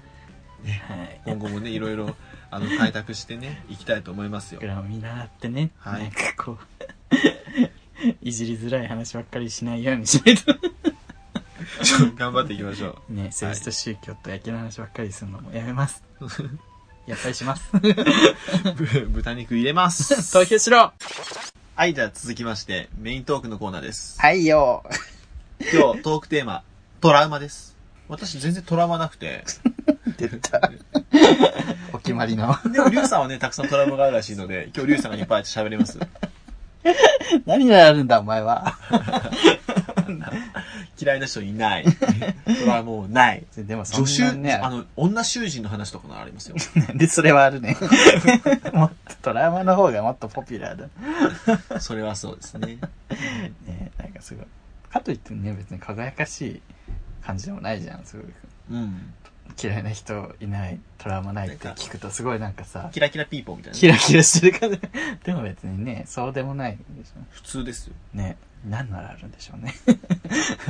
S2: ら。はい。
S1: 今後もねいろいろあ の開拓してねいきたいと思いますよ
S2: 僕らも見習ってね。
S1: はい
S2: なんかこう、 いじりづらい話ばっかりしないようにしないと。
S1: ちょっと頑張っていきましょ
S2: ね、セレスト宗教と野球の話ばっかりするのもやめ ます。やっぱりします。
S1: うぶ豚肉入れます
S2: 投票しろ
S1: はいじゃあ続きましてメイントークのコーナーです
S2: はいよ
S1: 今日トークテーマトラウマです私全然トラウマなくて
S2: 出た。起決まりの。
S1: でも、リュウさんはね、たくさんトラウマがあるらしいので、今日リュウさんがいっぱい喋れ ます。
S2: 何があるんだ、お前は。
S1: 嫌いな人い ない。トラウマもない。
S2: でもそ
S1: 女囚、
S2: んなね、
S1: あの、女囚人の話とかもありますよ。
S2: で、それはあるね。もっとトラウマの方がもっとポピュラーだ。
S1: それはそうですね。
S2: ねなんかすごい。かといってね、別に輝かしい感じでもないじゃん。すごい。
S1: うん。
S2: 嫌いな人いない、トラウマないって聞くとすごいなんかさ、
S1: キラキラピーポーみたいなね。
S2: キラキラしてる感じ。 でも別にね、そうでもないんでしょ。
S1: 普通ですよ。
S2: ね。何ならあるんでしょうね。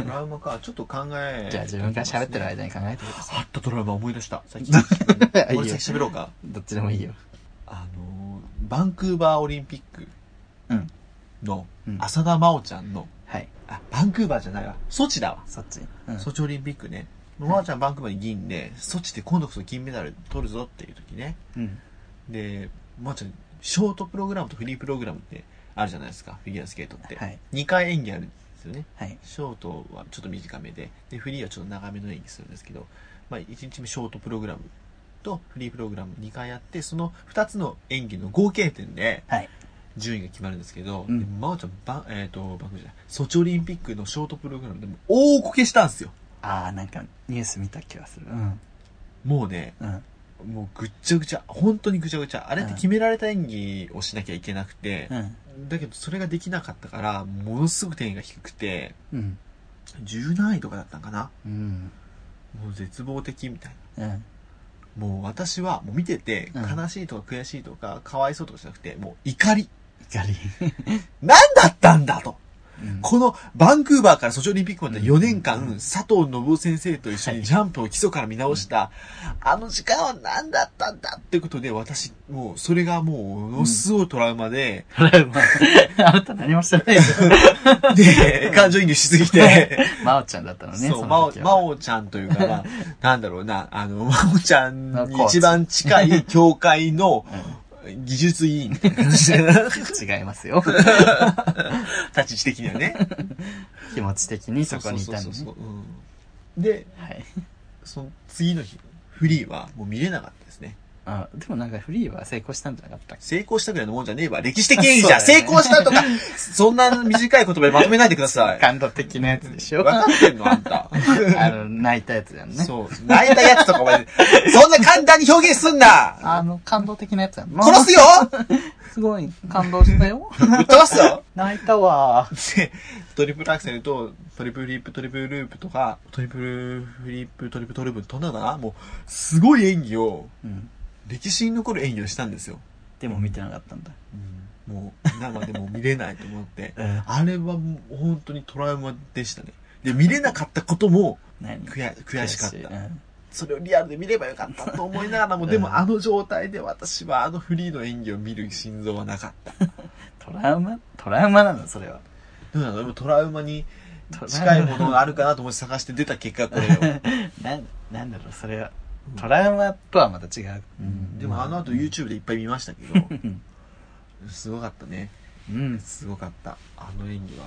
S1: トラウマか。ちょっと考え。
S2: じゃあ自分が喋ってる間に考えてくださ
S1: あったトラウマ思い出した。さっき。
S2: い。
S1: 俺先喋ろうか。
S2: どっちでもいいよ。
S1: あのー、バンクーバーオリンピック
S2: うん
S1: の
S2: うん
S1: 浅田真央ちゃんの、
S2: はい。
S1: あ、バンクーバーじゃないわ。ソチだわ。
S2: そっち。うん
S1: ソチオリンピックね。真央ちゃんバンクーバーで銀で、ソチって今度こそ銀メダル取るぞっていう時ね。
S2: うん。
S1: で、真央ちゃん、ショートプログラムとフリープログラムってあるじゃないですか、フィギュアスケートって。
S2: はい。
S1: 2回演技あるんですよね。
S2: はい。
S1: ショートはちょっと短めででフリーはちょっと長めの演技するんですけど、まあ、1日目ショートプログラムとフリープログラム2回やってその2つの演技の合計点で
S2: はい
S1: 順位が決まるんですけど、
S2: うん
S1: で真央ちゃんば、えー、とバンクじゃないソチオリンピックのショートプログラムでも大こけしたんですよ
S2: ああ、なんかニュース見た気がする。うん。
S1: もうね
S2: うん。
S1: もうぐっちゃぐちゃ本当にぐちゃぐちゃあれって決められた演技をしなきゃいけなくて
S2: う、ん。
S1: だけどそれができなかったからものすごく点が低くて
S2: うん。
S1: 10何位とかだったんかな
S2: うん。
S1: もう絶望的みたいな
S2: うん。
S1: もう私はもう見てて
S2: うん
S1: 悲しいとか悔しいとかかわいそうとかじゃなくてもう怒り
S2: 怒り。
S1: 何だったんだと
S2: うん
S1: このバンクーバーからソチオリンピックまで
S2: うん
S1: 4年
S2: うん
S1: 間佐藤信夫先生と一緒
S2: は
S1: に
S2: い
S1: ジャンプを基礎から見直したあの時間は何だったんだってことで私もうそれがもうものすごいトラウマで
S2: トラウマ。 あなた何もしてないですよ。
S1: で感情移入しすぎて
S2: 真央ちゃんだったのね。
S1: そう、
S2: の
S1: まお、
S2: 時
S1: ま
S2: は
S1: おちゃんというか、ま あ、なんだろうな、あの、まおちゃん
S2: の
S1: に
S2: コーチ
S1: 一番近い教会の技術委員みたいな感じで、立
S2: 違いますよ。
S1: ち位置的にはね。
S2: 気持ち的 にそこにいたの
S1: そうそう
S2: ね
S1: そう。そううんで、
S2: はい。
S1: その次の日、フリーはもう見れなかったですね。
S2: あでもなんかフリーは成功したんじゃなかったっけ
S1: 成功したぐらいのもんじゃねえわ。歴史的演技じゃん、
S2: そう
S1: 成
S2: だよね
S1: 功したと か、そんな短い言葉でまとめないでください。
S2: 感動的なやつでし
S1: 分
S2: ょ
S1: かってんのあん た。
S2: あの、泣いたやつだよね。
S1: そう。泣いたやつとかお前、そんな簡単に表現すんな
S2: あの、感動的なやつだよ。
S1: 殺す よ
S2: すごい、感動したよ。
S1: ぶっ飛ばすよ
S2: 泣いたわ。
S1: で、トリプルアクセルと、トリプルリップ、トリプルループとか、トリプルフリップ、トリプルトループ、飛んだのかなもう、すごい演技を、
S2: うん。
S1: 歴史に残る演技をしたんですよ。
S2: でも見てなかったんだ。
S1: もう、生でも見れないと思って。
S2: うん。
S1: あれはもう本当にトラウマでしたね。で、見れなかったことも
S2: 何
S1: 悔や悔しかっ
S2: 悔
S1: た。
S2: うん
S1: それをリアルで見ればよかったと思いなが らも、
S2: うん
S1: でもあの状態で私はあのフリーの演技を見る心臓はなか った。
S2: トラウマトラウマなの、それは。
S1: どうなのでもトラウマに
S2: トラウマ
S1: 近いものがあるかなと思って探して出た結果これよ。
S2: な、なんだろう、それは。トラウマとはまた違う。うん
S1: でもあの後 YouTube でいっぱい見ましたけど、すごかったね。
S2: うん、フ
S1: すごかった。あの演技は。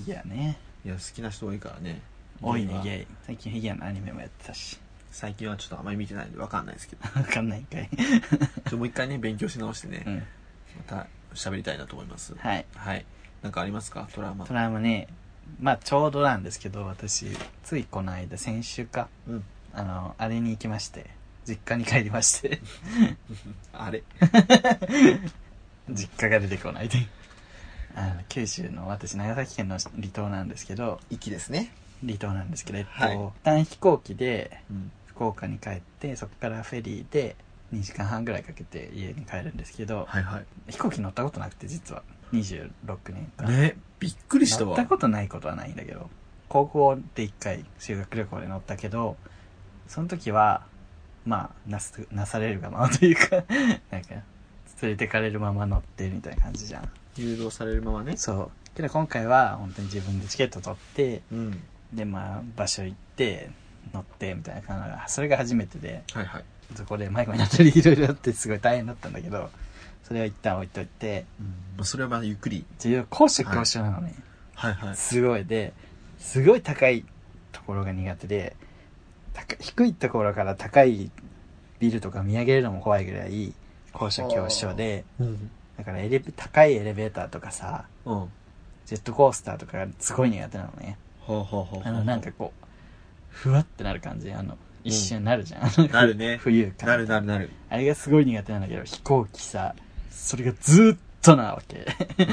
S2: ィギュアね。
S1: いや、好きな人多いからね。
S2: 多いね、
S1: イ。
S2: ゲイ。最近フィギュアのアニメもやってたし。
S1: 最近はちょっとあまり見てないんでわかんないですけど。ちょ
S2: わかんないんかい。
S1: っともう一回ね、勉強し直して
S2: う
S1: ね、
S2: ん。
S1: また喋りたいなと思います。
S2: はい。
S1: はい。なんかありますかトラウマ
S2: ト。ラウマね、まあちょうどなんですけど、私、ついこの間、先週か、
S1: うん
S2: あの、あれに行きまして、実家に帰りまして、
S1: あれ
S2: 実家が出てこないで。あの九州の私長崎県の離島なんですけど
S1: 息ですね。
S2: 離島なんですけど、えっと
S1: はい
S2: 一旦飛行機で
S1: うん。
S2: 福岡に帰ってそこからフェリーで2時間半ぐらいかけて家に帰るんですけど
S1: はいはい。
S2: 飛行機乗ったことなくて実は26年間、
S1: ね、びっくりした
S2: 乗っ
S1: わ
S2: た。ことないことはないんだけど高校で1回修学旅行で乗ったけどその時はまあなすなされるがままというか なんか連れてかれるまま乗ってみたいな感じじゃん
S1: 誘導されるままね。
S2: そうけど今回は本当に自分でチケット取って
S1: うん。
S2: でまあ場所行って乗ってみたいな感じがそれが初めてで
S1: はいはい。
S2: そこで迷子になったりいろいろあってすごい大変だったんだけどそれを一旦置いといて
S1: うんまあそれはまあゆっくり。
S2: 自由高所恐怖症なのね、
S1: はいはい。
S2: すごいですごい高いところが苦手で高低いところから高いビルとか見上げるのも怖いぐらい高所恐怖症で
S1: うん。
S2: だからエレベ高いエレベーターとかさ
S1: うん。は
S2: ジェットコースターとかがすごい苦手なのね
S1: あ、はあはあ、
S2: あのなんかこうふわってなる感じあの一瞬なるじゃん、
S1: な るね
S2: 浮遊感
S1: なるなるなる。
S2: あれがすごい苦手なんだけど飛行機さそれがずーっとなわけ
S1: ず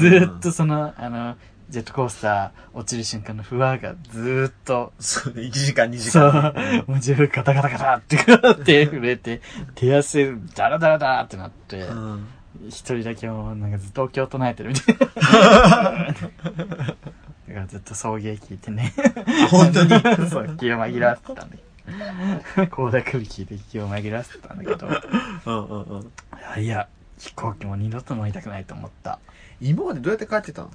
S2: ずーっと。そのあのジェットコースター落ちる瞬間のふわがずーっと
S1: そう、1時間2時
S2: そ
S1: 間。
S2: う、もう自分ガタガタガタってこう手震えて、手汗ダラダラダラってなって、
S1: うん。
S2: 一人だけもうなんかずっとお経唱えてるみたいな。だからずっと送迎聞いてね。
S1: 本当に。
S2: そう、気を紛らわせてたんだけど。高高び聞いて気を紛らわせてたんだけど。
S1: うんうんうん。
S2: あいや、飛行機も二度と乗りたくないと思った。
S1: 今までどうやって帰ってたの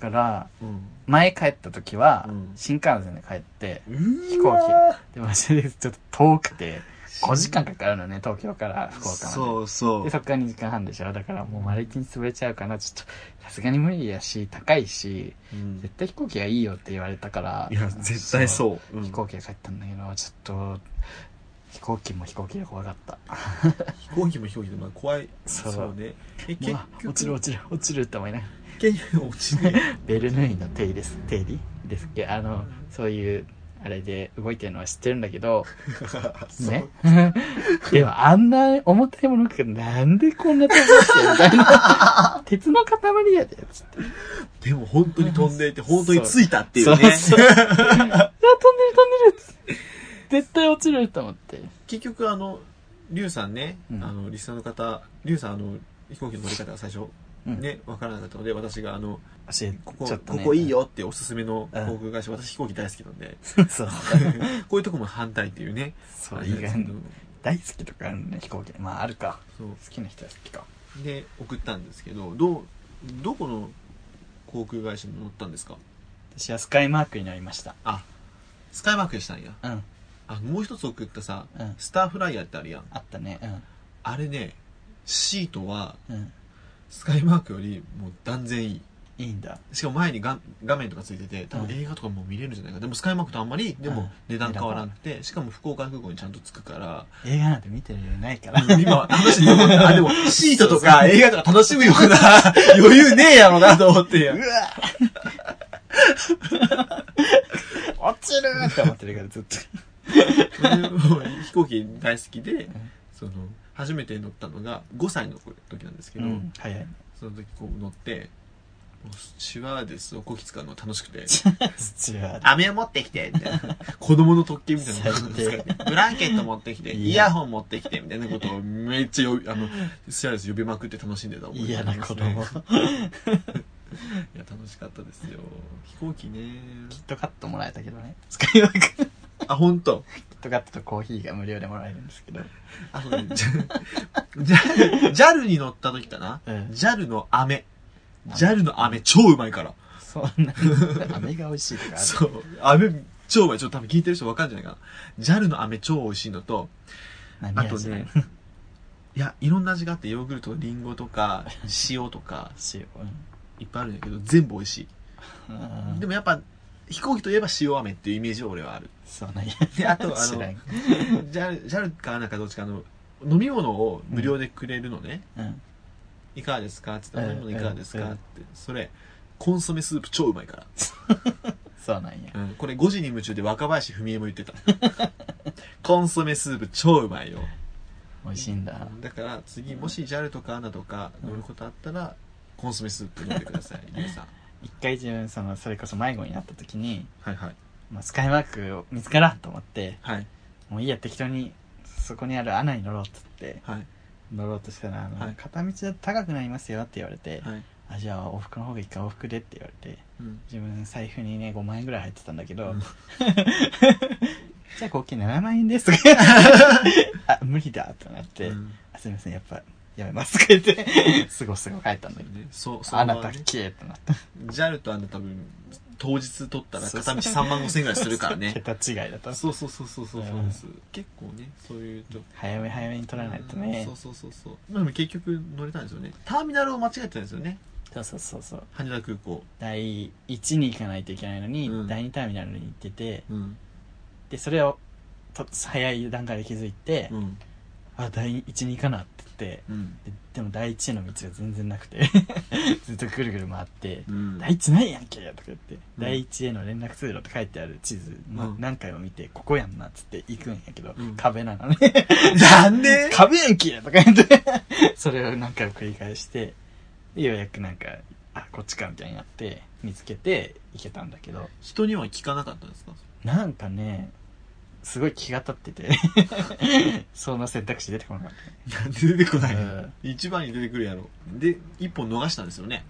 S2: だから、
S1: うん。
S2: 前帰った時は
S1: うん、
S2: 新幹線で帰って、
S1: 飛
S2: 行でもそれでちょっと遠くて、5時間かかるのね、東京から福岡まで。
S1: そうそう
S2: で、。そっから2時間半でしょ。だからもう丸一日潰れちゃうから、ちょっと、さすがに無理やし、高いし、
S1: うん
S2: 絶対飛行機がいいよって言われたから。
S1: いや、絶対
S2: う。
S1: そう。うん
S2: 飛行機が帰ったんだけど、ちょっと、飛行機も飛行機で怖かった。
S1: 飛行機も飛行機で、まあ怖い。
S2: そう
S1: そうね。え、
S2: う
S1: 結
S2: わ
S1: 局、
S2: 落ちる落ちる落ちるって思いながら。
S1: 結局落ちねえ。
S2: ベルヌーイの定理です。定理ですっけあの、そういう、あれで動いてるのは知ってるんだけど、 ね。 でもあんな重たいものがなんでこんな飛ばしてみたいな。鉄の塊やで、つって。
S1: でも本当に飛んでいて、本当に着いたってい
S2: そうう
S1: ね。
S2: そう。あ、飛んでる飛んでる絶対落ちると思って。
S1: 結局あの、リュウさんね、
S2: うん
S1: あの、リスナーの方、リュウさんあの、飛行機の乗り方が最初、
S2: うん
S1: ね、わからなかったので、私があの、
S2: 教え
S1: ここ、
S2: ちょっと
S1: こ
S2: ね
S1: こいい。 よっておすすめの
S2: うん
S1: 航空会社、私飛行機大好きなんで、
S2: そうそう。
S1: こういうとこも反対っていうね。
S2: そう、
S1: あれ
S2: 意
S1: です
S2: 外
S1: けど。
S2: に大好きとかあるね、飛行機。まあ、あるか。
S1: そ
S2: 好きな人は好きか。
S1: う。で、送ったんですけど、どう、どこの航空会社に乗ったんですか
S2: 私はスカイマークになりました。
S1: あ、スカイマークでしたんや。
S2: うん、
S1: あ、もう一つ送ったさ、
S2: うん。
S1: スターフライヤーってあるやん。
S2: あったね、
S1: あれね、シートは、
S2: うん。うん。
S1: スカイマークよりもう断然いい。
S2: いいんだ。
S1: しかも前にが画面とかついてて多
S2: うん
S1: 分映画とかも見れるんじゃないか、でもスカイマークとあんまりで
S2: うん
S1: も値段変わらなくてしかも福岡空港にちゃんと着くから
S2: 映画なんて見てるよりないから。
S1: 今は楽しんでるあでもシートとか映画とか楽しむような余裕ねえやろなと思って
S2: うわ落ちるって思ってるからずっと。
S1: でも飛行機大好きでその初めて乗ったのが5歳の時なんですけ
S2: う
S1: ど、
S2: ん、早い。
S1: その時こう乗ってもうシュワーデスをこき使うの楽しくて
S2: 土は
S1: 飴を持ってきてみたい な子供の特権みたいな
S2: 最低
S1: ブランケット持ってきて、
S2: い
S1: イ
S2: や
S1: ヤホン持ってきて、みたいなことをめっちゃ呼び、あの、シェアレス呼びまくって楽しんでた思い出
S2: 嫌な子
S1: い
S2: 供。
S1: や、楽しかったですよ。飛行機ね。
S2: キットカットもらえたけどね。使い分け。キッ
S1: あ、ほんと。
S2: トカットとコーヒーが無料でもらえるんですけど。
S1: あのね、ジャジャルに乗った時かな
S2: うん。
S1: ジャルの飴。ジャルの飴超うまいから。
S2: そんな、飴が美味しいとかある。
S1: そう。飴超うまい。ちょっと多分聞いてる人わかんじゃないかな。ジャルの飴超美味しいのと、
S2: 何
S1: あと
S2: 味なの
S1: ね、いや、いろんな味があって、ヨーグルト、リンゴとか、塩とか、
S2: 塩。
S1: いっぱいあるんだけど、全部美味しい。
S2: うん
S1: でもやっぱ飛行機といえば塩飴っていうイメージは俺はある
S2: そうなんや。
S1: であとあの
S2: 知らん。
S1: ジャルジャルかなんかどっちかの飲み物を無料でくれるのね、
S2: うん。
S1: いかがですかって言ったら
S2: ええ
S1: 飲み物いかがですか、
S2: ええ
S1: ってそれコンソメスープ超うまいか
S2: そうなんや。
S1: ら、うん、これ5時に夢中で若林文江も言 ってたコンソメスープ超うまいよ
S2: 美味しいんだ。
S1: だから次もし JAL とか ANA とか乗ることあったら、コンソメスープ飲んでくだ さい皆さん
S2: 一回自分、その、それこそ迷子になった時に、
S1: はいはい
S2: まあ、スカイマークを見つからんと思って、
S1: はい
S2: もういいや、適当に、そこにある穴に乗ろうっつって、
S1: はい
S2: 乗ろうとしたら、あの、
S1: はい
S2: 片道だと高くなりますよって言われて、
S1: はい、
S2: あ、じゃあ往復の方がいいか、往復でって言われて、
S1: うん、
S2: 自分財布にね5万円ぐらい入ってたんだけど、
S1: うん
S2: じゃあ合計7万円ですとか言って あ無理だとなって、
S1: うん
S2: あすみませんやっぱやめますとか言ってすごすご帰ったんだけど、
S1: ねそうそう
S2: あなたっけーとなった
S1: ジャルとあんな多分、当日取ったら
S2: そう
S1: 片道3万5千円ぐらいするからね。
S2: 桁違いだと
S1: そうそうそうそうそうそうです。結構ね、そういうと。
S2: 早め早めに取らないとね
S1: そうそうそうそう。まあでも結局乗れたんですよね。ターミナルを間違えてたんですよね。
S2: そうそうそうそう
S1: 羽田空港。
S2: 第1に行かないといけないのに、
S1: うん
S2: 第2ターミナルに行ってて
S1: うん。
S2: でそれをと早い段階で気づいて、
S1: うん。
S2: あ第12かなって言って
S1: うん。
S2: ででも第1への道が全然なくて ずっとぐるぐる回って
S1: うん
S2: 「第1ないやんけ!」とか言って、第1への連絡通路」って書いてある地図、ま
S1: うん
S2: 何回も見て「ここやんな」っつって行くんやけど、
S1: うん
S2: 壁なのね
S1: なんで
S2: 「壁やんけ!」とか言ってそれを何回も繰り返してでようやくなんか「あこっちか」みたいになって見つけて行けたんだけど
S1: 人には聞かなかったんですか
S2: なんかねすごい気が立って てその選択肢出てこなかっ
S1: なんで出てこ
S2: た、
S1: ないうの
S2: ん
S1: 一番に出てくるやろ。で、一本逃したんですよね。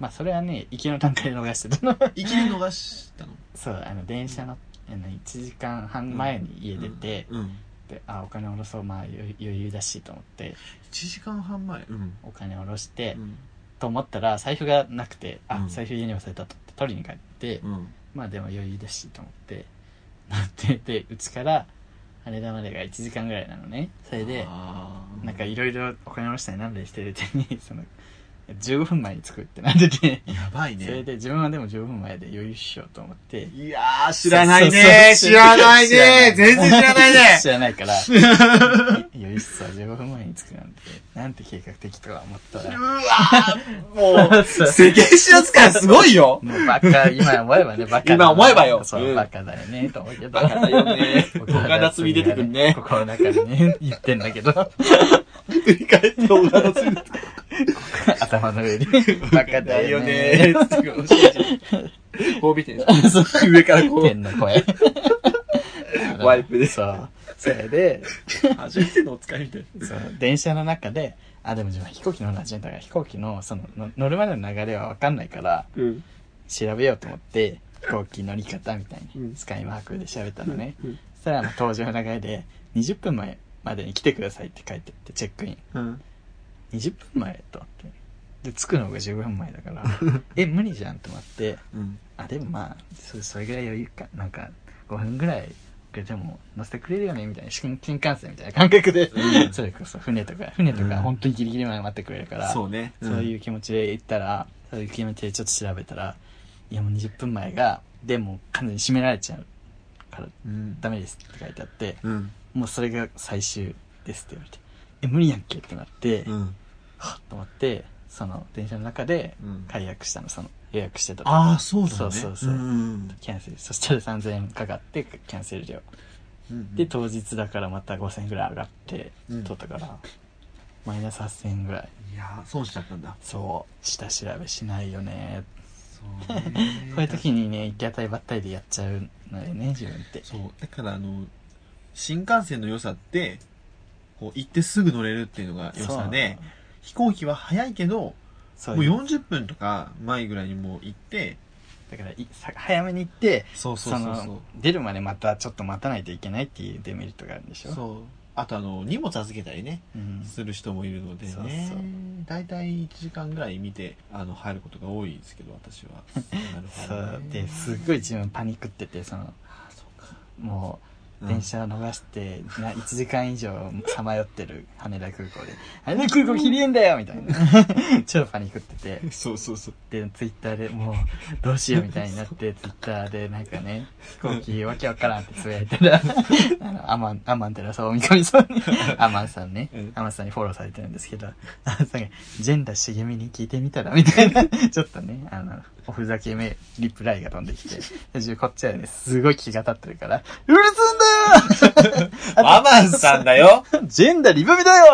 S2: まあそれはね行きの段階で逃してたの
S1: いきなり逃したの。
S2: そうあの電車のあの1時間半前に家出て、
S1: うん。
S2: であお金下ろそうまあ余余裕だしと思って
S1: 1時間半前。うん。
S2: お金下ろして、
S1: うん。
S2: と思ったら財布がなくてあ、
S1: うん
S2: 財布家に忘れたと思って取りに帰って、
S1: うん。
S2: まあでも余裕だしと思ってなっててうちから羽田までが1時間ぐらいなのねそれで
S1: あー
S2: なんかいろいろお金下ろしたりなんだりしてるうちにその15分前に着くってなってて、
S1: やばいね。
S2: それで自分はでも15分前で余裕っしようと思って
S1: いやー、知らないね
S2: そうそうそう
S1: 知らないね
S2: 知ら
S1: 全然知らないね
S2: 知らな いから。よいっさ、15分前に着くなんて、なんて計画的とか思った
S1: う
S2: ら。
S1: わーもう、世間知らず感すごいよ
S2: もうバカ、今思えばね、バカだな。
S1: 今思えばよ
S2: そう、
S1: うん
S2: バカだよね、と思うけど。
S1: バカだよね岡田摘
S2: み
S1: 出てくるね
S2: ここの中でね、言ってんだけど、
S1: 振り返って岡田摘出
S2: 頭の上に。バカだよ
S1: だ
S2: ね。
S1: よつってこう信 じてこう見てんです
S2: そう
S1: 上からこう、
S2: 天の声。
S1: ワイプで
S2: そう。それで、
S1: 初めてのお使いみたい
S2: そう電車の中で、あ、でも自分は飛行機乗るの初めてだから飛行機の、その、の乗るまでの流れはわかんないから、
S1: うん。
S2: 調べようと思って、飛行機乗り方みたい
S1: うん
S2: に、スカイマークで調べたのね。
S1: うん
S2: そしたら、あの、搭乗の流れで、20分前までに来てくださいって書いてあって、チェックイン。
S1: うん。
S2: 20分前と思って。で、着くのが15分前だ から、え、無理じゃんと思って、
S1: うん。
S2: あ、でもまあ、そそれぐらい余裕か、なんか、5分ぐらい遅れても乗せてくれるよね、みたいな、新新幹線みたいな感覚で、
S1: うん
S2: それこそ船とか、船と
S1: うん
S2: か、本当にギリギリまで待ってくれるから、
S1: そうね。。
S2: そういうう気持ちで行ったら、そういう気持ちでちょっと調べたら、いやもう20分前が、でもう完全に閉められちゃうから
S1: うん。
S2: ダメですって書いてあって、
S1: うん。
S2: もうそれが最終ですって言われて、え、無理やんけってなって、
S1: うん。
S2: はっと思って、その電車の中で
S1: うん
S2: 解約したの、その予約してた
S1: ああ、そうだね。
S2: そうそうそう
S1: うん。
S2: キャンセル。そしたら3000円かかって、キャンセル料。
S1: うん
S2: で、当日だからまた5000円ぐらい上がって、
S1: うん
S2: 取ったから、マイナス8000円ぐらい。
S1: いやー、損しちゃったんだ。
S2: そう、下調べしないよね
S1: そうね
S2: こういう時にね、行き当たりばったりでやっちゃうのよね、自分って。
S1: そう。だから、あの、新幹線の良さって、こう、行ってすぐ乗れるっていうのが良さで、飛行機は早いけど、
S2: そう、
S1: もう
S2: そういう
S1: 40分とか前ぐらいにもう行って、
S2: だからいさ早めに行って、
S1: そう
S2: そ
S1: そうそうそ
S2: の、出るまでまたちょっと待たないといけないっていうデメリットがあるんでしょ
S1: う。そう。あと、あの、荷物預けたりね、
S2: うん。
S1: する人もいるので
S2: そう
S1: ね
S2: そう。
S1: 大体1時間ぐらい見て、あの、入ることが多いですけど、 私は。なるほ
S2: そ
S1: ど
S2: う
S1: ね、
S2: ですっごい自分パニックってて、その、
S1: あそうか。
S2: も
S1: う
S2: う、
S1: ん
S2: 電車を逃して、な1時間以上さまよってる羽田空港で、羽田空港切りえんだよみたい な。超パニックってて。
S1: そうそうそう。
S2: で、ツイッターでもう、どうしようみたいにな って、ツイッターでなんかね、飛行機わけわからんってつぶやいた ら、あの、アマン、アマン寺さん、おみかみさんに、アマンさんね
S1: うん、
S2: アマンさんにフォローされてるんですけど、 アマンさんが、ジェンダー茂みに聞いてみたら、みたいな、 ちょっとね、あの、おふざけめ、リプライが飛んできて、 自分こっちはね、すごい気が立ってるから、うるすんだよ
S1: アマンさんだよ
S2: ジェンダーリブミだよ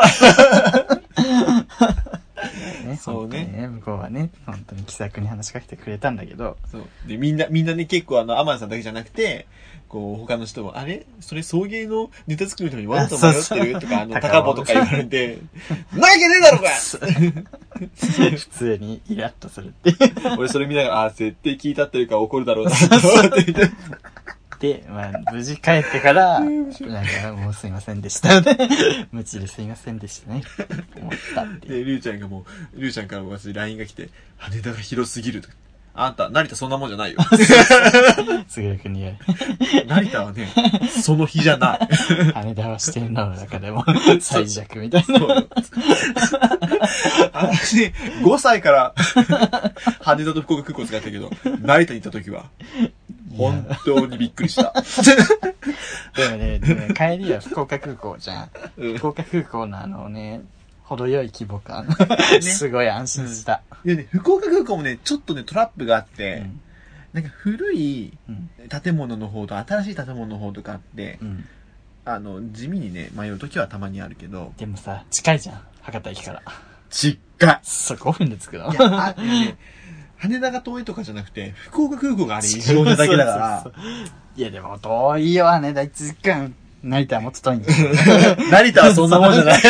S2: ね、
S1: そうね
S2: 本当にね。向こうはね、本当に気さくに話しかけてくれたんだけど、
S1: そう。で、みんな、みんなね、結構あの、アマンさんだけじゃなくて、こう、他の人も、あれそれ送迎のネタ作るためにわざと迷ってる
S2: あそうそう
S1: とか、あの、高
S2: 高
S1: 坊
S2: 坊
S1: とか言われ て、なわけねえだろう
S2: 普通にイラッとするっていう。
S1: が 俺それ見ながら、あー、絶対聞いたってるから怒るだろうな、と思って見て
S2: で、まあ、無事帰ってから、なんか、もうすいませんでしたね。無知ですいませんでしたね。思ったってい
S1: で、
S2: う。
S1: りゅうちゃんがもう、りゅうちゃんからも私 LINE が来て、羽田が広すぎるとか。あんた、成田そんなもんじゃ ないよ。
S2: すぐるくんに言わ
S1: 成田はね、その日じゃ ない。
S2: れる。羽田は四天王の中でも最弱みたいな。
S1: そう。私、5歳から羽田と福岡空港使ってたけど、成田に行った時は、本当にびっくりした。
S2: でもね、でもね帰りは福岡空港じゃん。
S1: うん
S2: 福岡空港のあのね、程よい規模感。
S3: ね
S2: すごい安心した。
S1: いやね、福岡空港もね、ちょっとね、トラップがあって、
S2: うん。
S1: なんか古い
S2: うん。
S1: 建物の方と新しい建物の方とかあって、
S2: うん。
S1: あの、地味にね、迷う時はたまにあるけど、
S2: でもさ、近いじゃん。博多駅から。
S1: 実家
S2: そう、5分で着くの
S1: いや、。あいやね、羽田が遠いとかじゃなくて、福岡空港があれ異常なだけだ か
S2: いや、でも遠いよ、ね、だ1時間。成田はもっと遠いんだ よ
S1: ら、成田はそんなもんじゃ ない。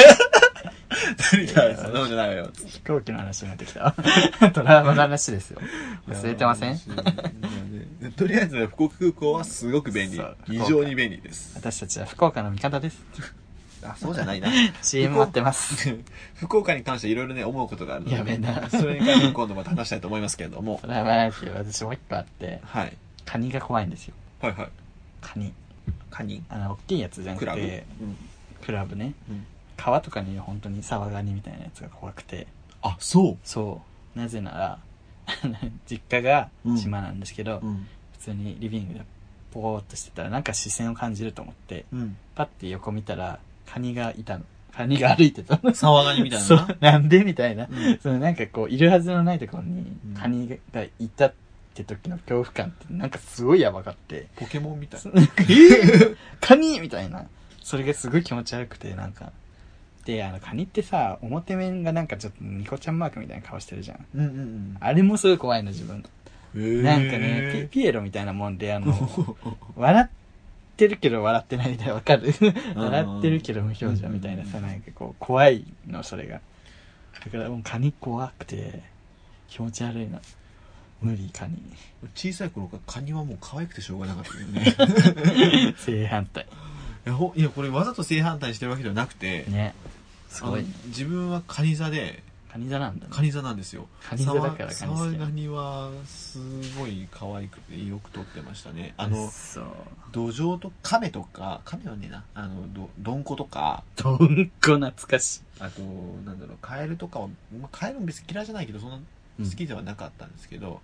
S1: 成田はそんなもんじゃないわよ。
S2: 飛行機の話になってき た。ドラマの話ですよ。忘れてませ
S1: い
S2: ん
S1: やいやねとりあえず、福岡空港はすごく便利
S2: そう。
S1: 非常に便利です。
S2: 私たちは福岡の味方です。
S1: あ、そうじゃないな。
S2: CM 待ってます。
S1: 福岡に関していろいろね、思うことがあるので、
S2: やべえな
S1: それに関しても今度また話したいと思いますけれど も。
S2: ドラマラジオ、私もう一個あって、
S1: はい。
S2: カニが怖いんですよ。
S1: はいはい。
S2: カニ。
S1: カニ
S2: あの、大きいやつじゃな
S1: ク
S2: く
S1: ラブ、
S2: て、
S1: うん
S2: クラブね、
S1: うん
S2: 川とかにいる本当にサワガニみたいなやつが怖くて
S1: あ、そ
S2: そうなぜなら 実家が島なんですけど、
S1: う。うん。
S2: 普通にリビングでぼーっとしてたらなんか視線を感じると思って
S1: うん。
S2: パッて横見たらカニがいたのカニが歩いてた の
S1: 沢ガニみたいな
S2: そ
S1: な。
S2: うなんでみたいな、
S1: うん
S2: そのなんかこういるはずのないところに
S1: うん
S2: カニがいたって時の恐怖感ってなんかすごいやばかって
S1: ポケモンみたい
S2: そ。なんかえーカニみたいな。それがすごい気持ち悪くて、なんか。で、あの、カニってさ、表面がなんかちょっとニコちゃんマークみたいな顔してるじゃん。
S1: うんうん
S2: あれもすごい怖いの、自分。
S1: うん。
S2: なんか ね、ピピエロみたいなもんで、あの、笑ってるけど笑ってないみたいな、わかる笑ってるけど無表情みたいなさ、
S1: うん
S2: なんかこう、怖いの、それが。だからもうカニ怖くて、気持ち悪いな。無 理、カニ。
S1: 小さい頃からカニはもう可愛くてしょうがなかったよね。
S2: 正反対。
S1: いやほいや、これわざと正反対してるわけではなくて、
S2: ね。すごいね。
S1: あの自分はカニ座で、
S2: カニ座なんだね。
S1: カニ座なんですよ。
S2: カニ座だからカニ好き
S1: 沢ガニは、すごい可愛くて、よく撮ってましたね。あ
S2: うっ
S1: の、
S2: そう。
S1: 土壌と、亀とか、亀はねえな、あの、ど、どんことか、
S2: どんこ懐かし。
S1: あと、なんだろう、カエルとかを、まあ、カエルも別に嫌いじゃないけど、そんない好きではなかったんですけど、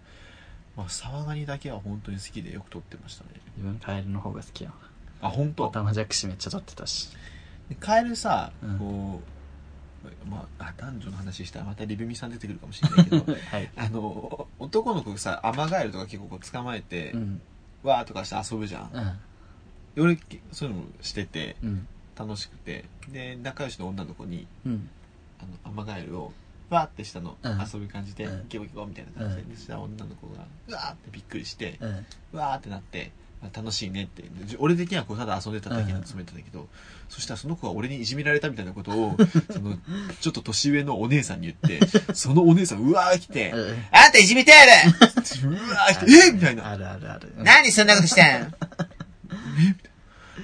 S1: まあ、沢ガニだけは本当に好きでよく撮ってましたね。
S2: 自分カエルの方が好きよ。
S1: あ、本
S2: オ
S1: 当。
S2: タマジャクシめっちゃ取って たし。
S1: でカエルさ、
S2: うん
S1: こう、まあ、あ男女の話したらまたリブミさん出てくるかもしれないけ ど、
S2: はい。
S1: あの、男の子がさ、アマガエルとか結構こう捕まえて、
S2: うん。
S1: わーとかして遊ぶじゃん。
S2: うん。
S1: 俺、そういうのもしてて、
S2: うん。
S1: 楽しくて。で、仲良しの女の子に、
S2: うん。
S1: あの、アマガエルを、わーってしたの、
S2: うん
S1: 遊ぶ感じで、
S2: うん
S1: ギョギョみたいな感じで、した女の子が、うわーってびっくりして、
S2: うん。
S1: うわーってなって、まあ楽しいねって。じ俺的にはこう、ただ遊んでただけなんてつもりだったんだけど、そしたらその子は俺にいじめられたみたいなことを、その、ちょっと年上のお姉さんに言って、そのお姉さん、うわー来て、あんたいじめてやるうわー来て、えーみたいな。
S2: あるあるある。
S3: 何そんなことしてん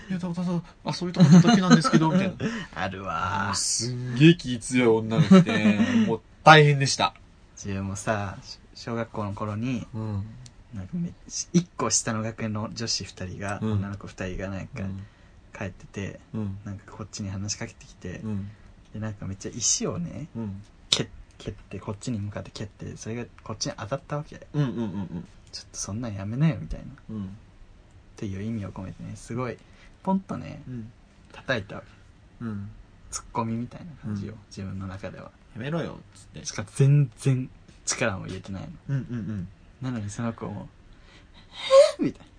S1: いや、たまたま、あ、そういうとこだっただけなんですけど、みたいな。
S2: ある
S1: あ
S2: わ
S1: ー。すんげえ気強い女の子で、もう大変でした。
S2: 自分もさ、し小学校の頃に、
S1: うん。
S2: なんかめ一個下の学園の女子二人が、
S1: うん
S2: 女の子二人がなん
S1: う
S2: か
S1: ん。
S2: 帰ってて、
S1: うん。
S2: なんかこっちに話しかけてきて、
S1: うん。
S2: で、なんかめっちゃ石をね、
S1: うん。
S2: 蹴蹴って、こっちに向かって蹴って、それがこっちに当たったわけ。ちょっ
S1: うん。うん。
S2: とそんなんやめなよ、みたいな。
S1: うん。
S2: っていう意味を込めてねすごいポンとね
S1: うん。
S2: 叩いたわけ
S1: うん。
S2: ツッコミみたいな感じを、
S1: うん
S2: 自分の中では
S1: やめろよ、つって
S2: し。かも全然力も入れてないの
S1: うん。うん。
S2: なのにその子も「えーみたいな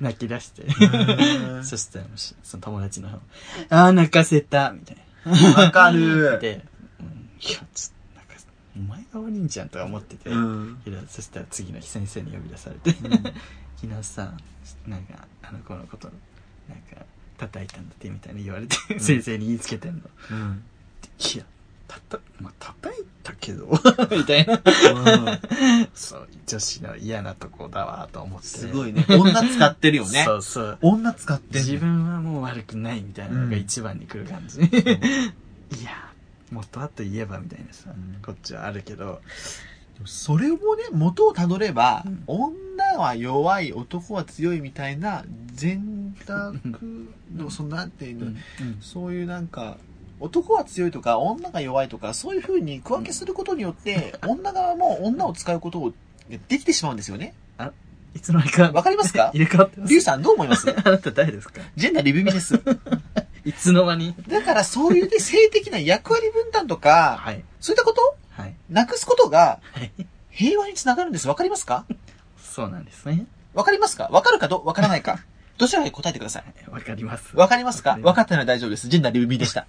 S2: 泣き出して
S1: うん
S2: そしたらもうしその友達の方「ああ泣かせた」みたい
S1: わか
S2: な
S1: る。
S2: で「うん、いやちょっとなんかお前が悪いんじゃん」とか思ってて、
S1: うん。
S2: けどそしたら次の日先生に呼び出されて昨日さなんかあの子のことなんか叩いたんだってみたいに言われて、
S1: ん
S2: 先生に言いつけてんの
S1: うん。
S2: いやたた、まあ、叩いたけ どみたいなそう女子の嫌なとこだわと思って
S1: すごいね。女使ってるよね
S2: そ。うそう
S1: 女使って
S2: 自
S1: る。
S2: 分はもう悪くないみたいなのが一番に来る感じ、 いやもっとあと言えばみたいなさ、
S1: うん
S2: こっちはあるけど
S1: それもね、元をたどれば、
S2: うん
S1: 女は弱い、男は強いみたいな、全択の、そのなんていうの、そういうなんか、男は強いとか、女が弱いとか、そういう風に区 分けすることによって、女側も女を使うことをできてしまうんですよね。
S2: いつの間にか
S1: わかりますか
S2: 入れ替わってます
S1: リュウさんどう思います
S2: あなた誰ですか
S1: ジェンダーリブミです。
S2: いつの間に
S1: だからそういうね、性的な役割分担とか、
S2: はい
S1: そういったこと
S2: はい
S1: なくすことが
S2: はい
S1: 平和につながるんです。わかりますか
S2: そうなんですね
S1: わかりますかわかるかど、わからないか。どちらかに答えてください。
S2: わかります
S1: わかりますかわ
S2: わ
S1: か
S2: か
S1: ったなら大丈夫です。ジェンダーリブミでした。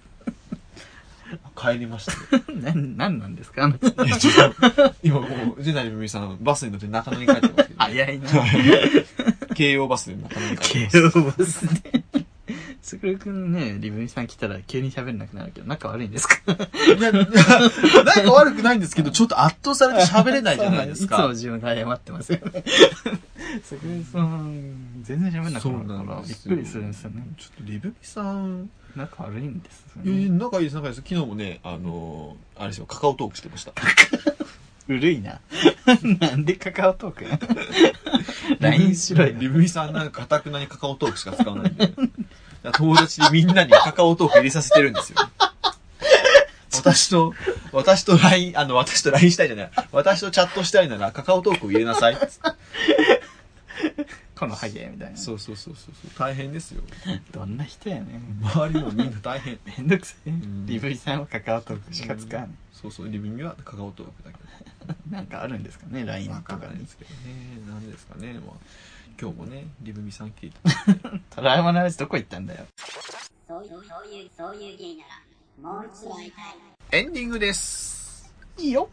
S1: 帰りました。
S2: 何何なんですかあの
S1: いやちょっと 今もう、ジェンダーリブミさん、バスに乗って中野に帰ってますけど、
S2: 早いな
S1: 京王バスで中野に帰って
S2: 慶
S1: ます。
S2: 応バスでつくるくんねリブミさん来たら急に喋んなくなるけど仲悪いんですか
S1: いや、なんか悪くないんですけど、ちょっと圧倒されて喋れないじゃないです
S2: そう
S1: か。
S2: んですいつも自分が謝ってますよね。そこさん、全然喋んなくなるから、びっくりするんですよね。
S1: ちょっとリブミさん、
S2: 仲悪いんですよ
S1: いやいや
S2: ね。
S1: 仲いいです、仲いいです。昨日もね、あのーあれですよ、カカオトークしてました。
S2: うるいな。なんでカカオトーク ?LINE しろよ。
S1: リブミさんなんか、かたくなにカカオトークしか使わないんで。だから友達にみんなにカカオトーク入れさせてるん ですよ。私と、私と LINE、あの、私と LINE したいじゃない。私とチャットしたいなら、カカオトークを入れなさいっつって。
S2: このハゲみたいな。
S1: そうそうそうそうそう。大変ですよ。
S2: どんな人やねん。
S1: 周りもみんな大変。
S2: めんどくさい
S1: ん。
S2: リブリさんはカカオトークしか使わない。
S1: そうそう、リブミはカカオトークだけど。
S2: なんかあるんですかね、LINE
S1: わか
S2: と
S1: ん
S2: か
S1: ない
S2: に
S1: で。すけどね。なんですかね。まあ、今日もね、リブミさん来ていた
S2: トラウマの話どこ行ったんだよ。
S4: そういう、そういう、そういう芸なら、もう一度会いたい。
S1: エンディングです。
S2: いいよ。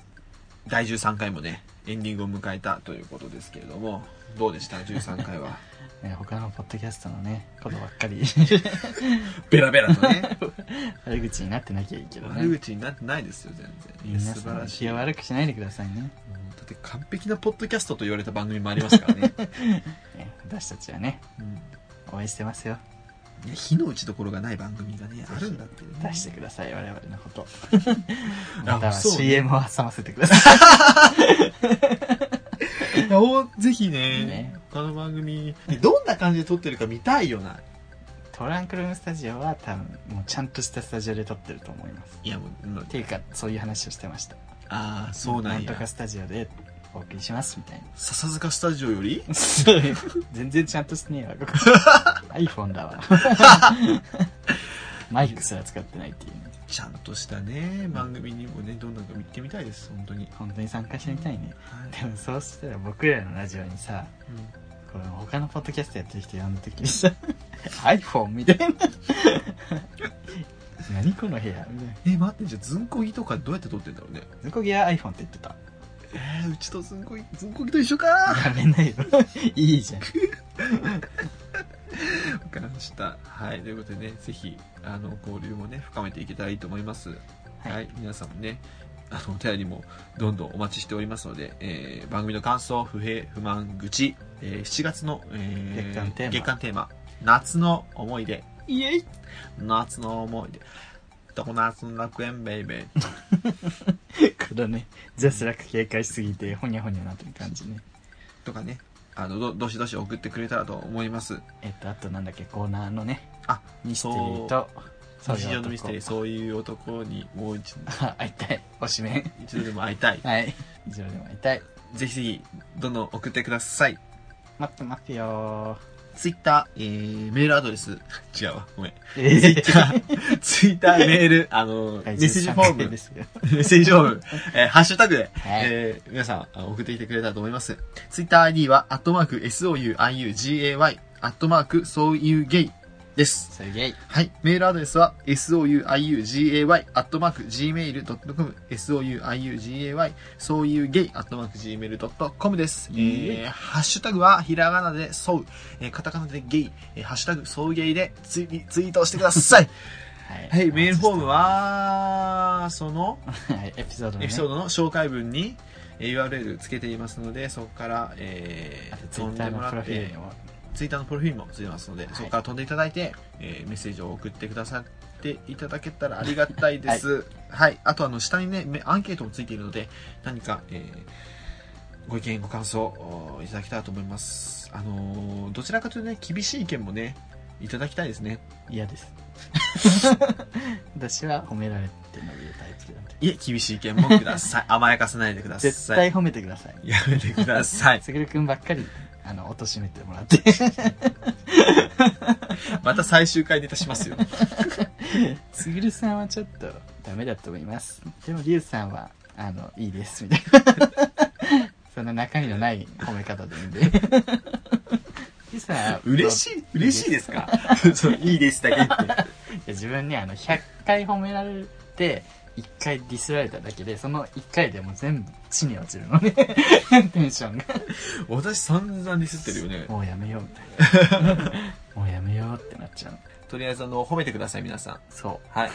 S1: 第13回もね、エンディングを迎えたということですけれども、どうでした ?13 回は。
S2: ね他のポッドキャストのね、ことばっかり。
S1: ベラベラとね。
S2: 悪口になってなきゃいいけどね。
S1: 悪口になってないですよ、全
S2: 皆
S1: 然。い
S2: さ
S1: や
S2: ん
S1: 素晴らしい。
S2: 気を
S1: もう
S2: 悪くしないでくださいね
S1: だって完璧なポッドキャストと言われた番組もありますからね。
S2: ね私たちはね
S1: うん
S2: 応援してますよ
S1: いや火の打ちどころがない番組がね、あるんだってね。
S2: 出してください我々のこと
S1: あ
S2: または
S1: そうね
S2: CM を挟ませてください
S1: いやおぜひね
S2: ね
S1: 他の番組、どんな感じで撮ってるか見たいよな。
S2: トランクルームスタジオは多分もうちゃんとしたスタジオで撮ってると思います
S1: いや、もう、もう
S2: っていうかそういう話をしてました
S1: ああ、そうなん
S2: と
S1: や
S2: か。スタジオでお送りしますみたいな
S1: 笹塚スタジオより
S2: 全然ちゃんとしてねえわ ここ iPhone だ わマイクすら使ってないっていうね
S1: ちゃんとしたね、番組にもね、どんなのか見てみたいです、本当に。
S2: 本当に参加してみたいねでもそうしたら僕らのラジオにさこれ他のポッドキャストやってる人呼んだ時にさ iPhone みたいな 何この部屋みたいな
S1: え、待って、じゃあ、ずんこぎとかどうやって撮ってんだろうね。
S2: ズコギは iPhone って言ってた
S1: えー、うちとずんこぎ、ずんこぎと 一緒か
S2: やめないよ いいじゃん
S1: わかりました。はい、ということでね、ぜひ、あの、交流もね、深めていけたらいいと思います。はい、
S2: はい
S1: 皆さんもね、あの、お便りもどんどんお待ちしておりますので、えー番組の感想、不平、不満、愚痴、えー7月の、え
S2: 月間テーマ
S1: 月間テーマ、夏の思い出、
S2: イエイ
S1: 夏の思い出、常夏の楽園ベイベー。
S2: このねジャスラック警戒しすぎてほにゃほにゃなってる感じね
S1: とかね、あの、ど、どしどし送ってくれたらと思います。
S2: えっとあとなんだっけコーナーのね
S1: あ、
S2: ミステリーとそういう
S1: 日常の
S2: 男
S1: ミステリー、そういう男にもう一度、
S2: あ会いたいおしめん
S1: 一度でも会いたい。
S2: はい以上でも会いたい
S1: ぜひぜひ、どんどん送ってください。
S2: 待ってますよ
S1: ツイッター、えー、メールアドレス、違うわ、ごめん。
S2: えー
S1: ツイッター、メール、あの、メッセージフォーム、メ
S2: すよ
S1: ッセージフォーム、えーハッシュタグで、
S2: はい
S1: えー皆さんあ送ってきてくれたらと思います。ツイッター ID は、アットマーク、souiugay、アットマーク、そういうゲイです。
S2: すげえ
S1: はい。メールアドレスは、souiugay、アットマーク、gmail.com、souiugay、そういうゲイ、アットマーク、gmail.com です。え
S2: イエ
S1: ー、ハッシュタグは、ひらがなで、そう、えーカタカナでゲイ、えーハッシュタグ、そうゲイでツイ、ツイートしてくだ さい。
S2: は
S1: はい、メールフォームは、その、
S2: はい、エピソードの、ね、
S1: エピソードの紹介文に、えー URL つけていますので、そこから、え
S2: あ
S1: ー
S2: と、ツイッターのプロフィールにも
S1: ツイッターのプロフィールもついてますので、
S2: い
S1: そこから飛んでいただいて、えーメッセージを送ってくださっていただけたらありがたいです。はい、あとあの下にね、めアンケートもついているので、何か、えーご意見、ご感想おいただけたらと思います。あのーどちらかというとね、厳しい意見もね、いただきたいですね。
S2: 嫌です私は褒められてるのが言うタイプなんで
S1: いえ、厳しい意見 もください。甘やかさないでください。
S2: 絶対褒めてください
S1: やめてください。
S2: すぐるくんばっかりああの、貶めてもらって。
S1: また最終回ネタし ますよ。
S2: すぐるさんはちょっとダメだと思います。でも、りゅうさんは、あの、いいです、みたいな。 そんな中身のない褒め方でいいんで。りゅうさんは
S1: 嬉
S2: い
S1: しい、嬉しいですか そういいですだけ言って。
S2: や自分にあの、100回褒められて、1回ディスられただけで、その1回でもう全部地に落ちるのね。 テンションが。
S1: 私散々ディスってるよね。
S2: もうやめよう、みたいな。もうやめようってなっちゃう。
S1: とりあえず、あの、褒めてください、皆さん。
S2: そ
S1: はい。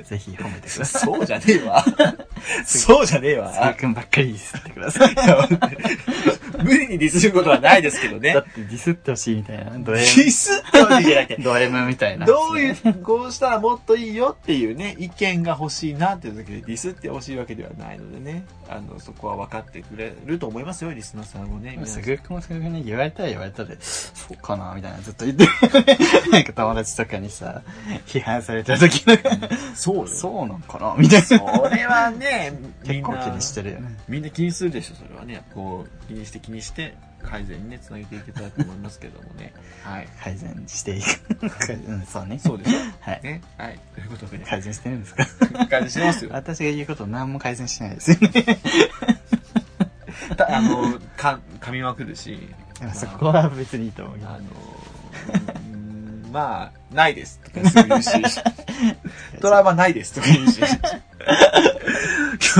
S2: う。 ぜひ褒めてください。
S1: そうじゃねえわ。 そうじゃねえ
S2: すぐ
S1: わ。
S2: くんばっかりディスってください。
S1: 無理にディスることはないですけどね
S2: だ。ってディスってほしいみたいな。ド
S1: デ
S2: M
S1: ィスってわけじゃなくて。
S2: ド M みたいな。
S1: どういう、こうしたらもっといいよっていうね、意見が欲しいなっていう時でディスって欲しいわけではないのでね、あの、そこは分かってくれると思いますよ、リスナーさんもね。皆さ
S2: す
S1: ん
S2: ぐくもすぐくんね、言われたら言われたで、そうかなみたいな、ずっと言って。なんか友達とかにさ、批判された時の、
S1: そうよそ
S2: そうなんかなみたいな。
S1: れはね、み
S2: 結
S1: ん
S2: 構気
S1: な
S2: にしてるよね。
S1: みんな気にするでしょ、それはね。こう、気にして気にして、改善にね、つなげていけたらと思いますけどもね。はい。
S2: 改善していく。改善うん、そうね。
S1: そうでしょ
S2: はい。
S1: ね。はい。ということで、
S2: 改善してるんですか
S1: 改善してますよ。
S2: 私が言うこと何も改善しないですよね。
S1: たあの、か、噛みまくるし。
S2: でもそこは別にいいと思うけど
S1: あの、うんまあ、ないですとかすぐ言う し、ドラマないですとか言う し、今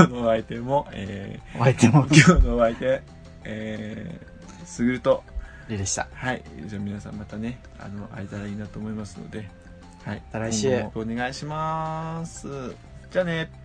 S1: 日のお相手も、え
S2: お相手も
S1: ー、、今日のお相手、えー、すぐると、
S2: りでした。
S1: はい、じゃあ皆さんまたね、あの、会えたらいいなと思いますので、はい、
S2: た来週
S1: 今後もお願いします。じゃあね。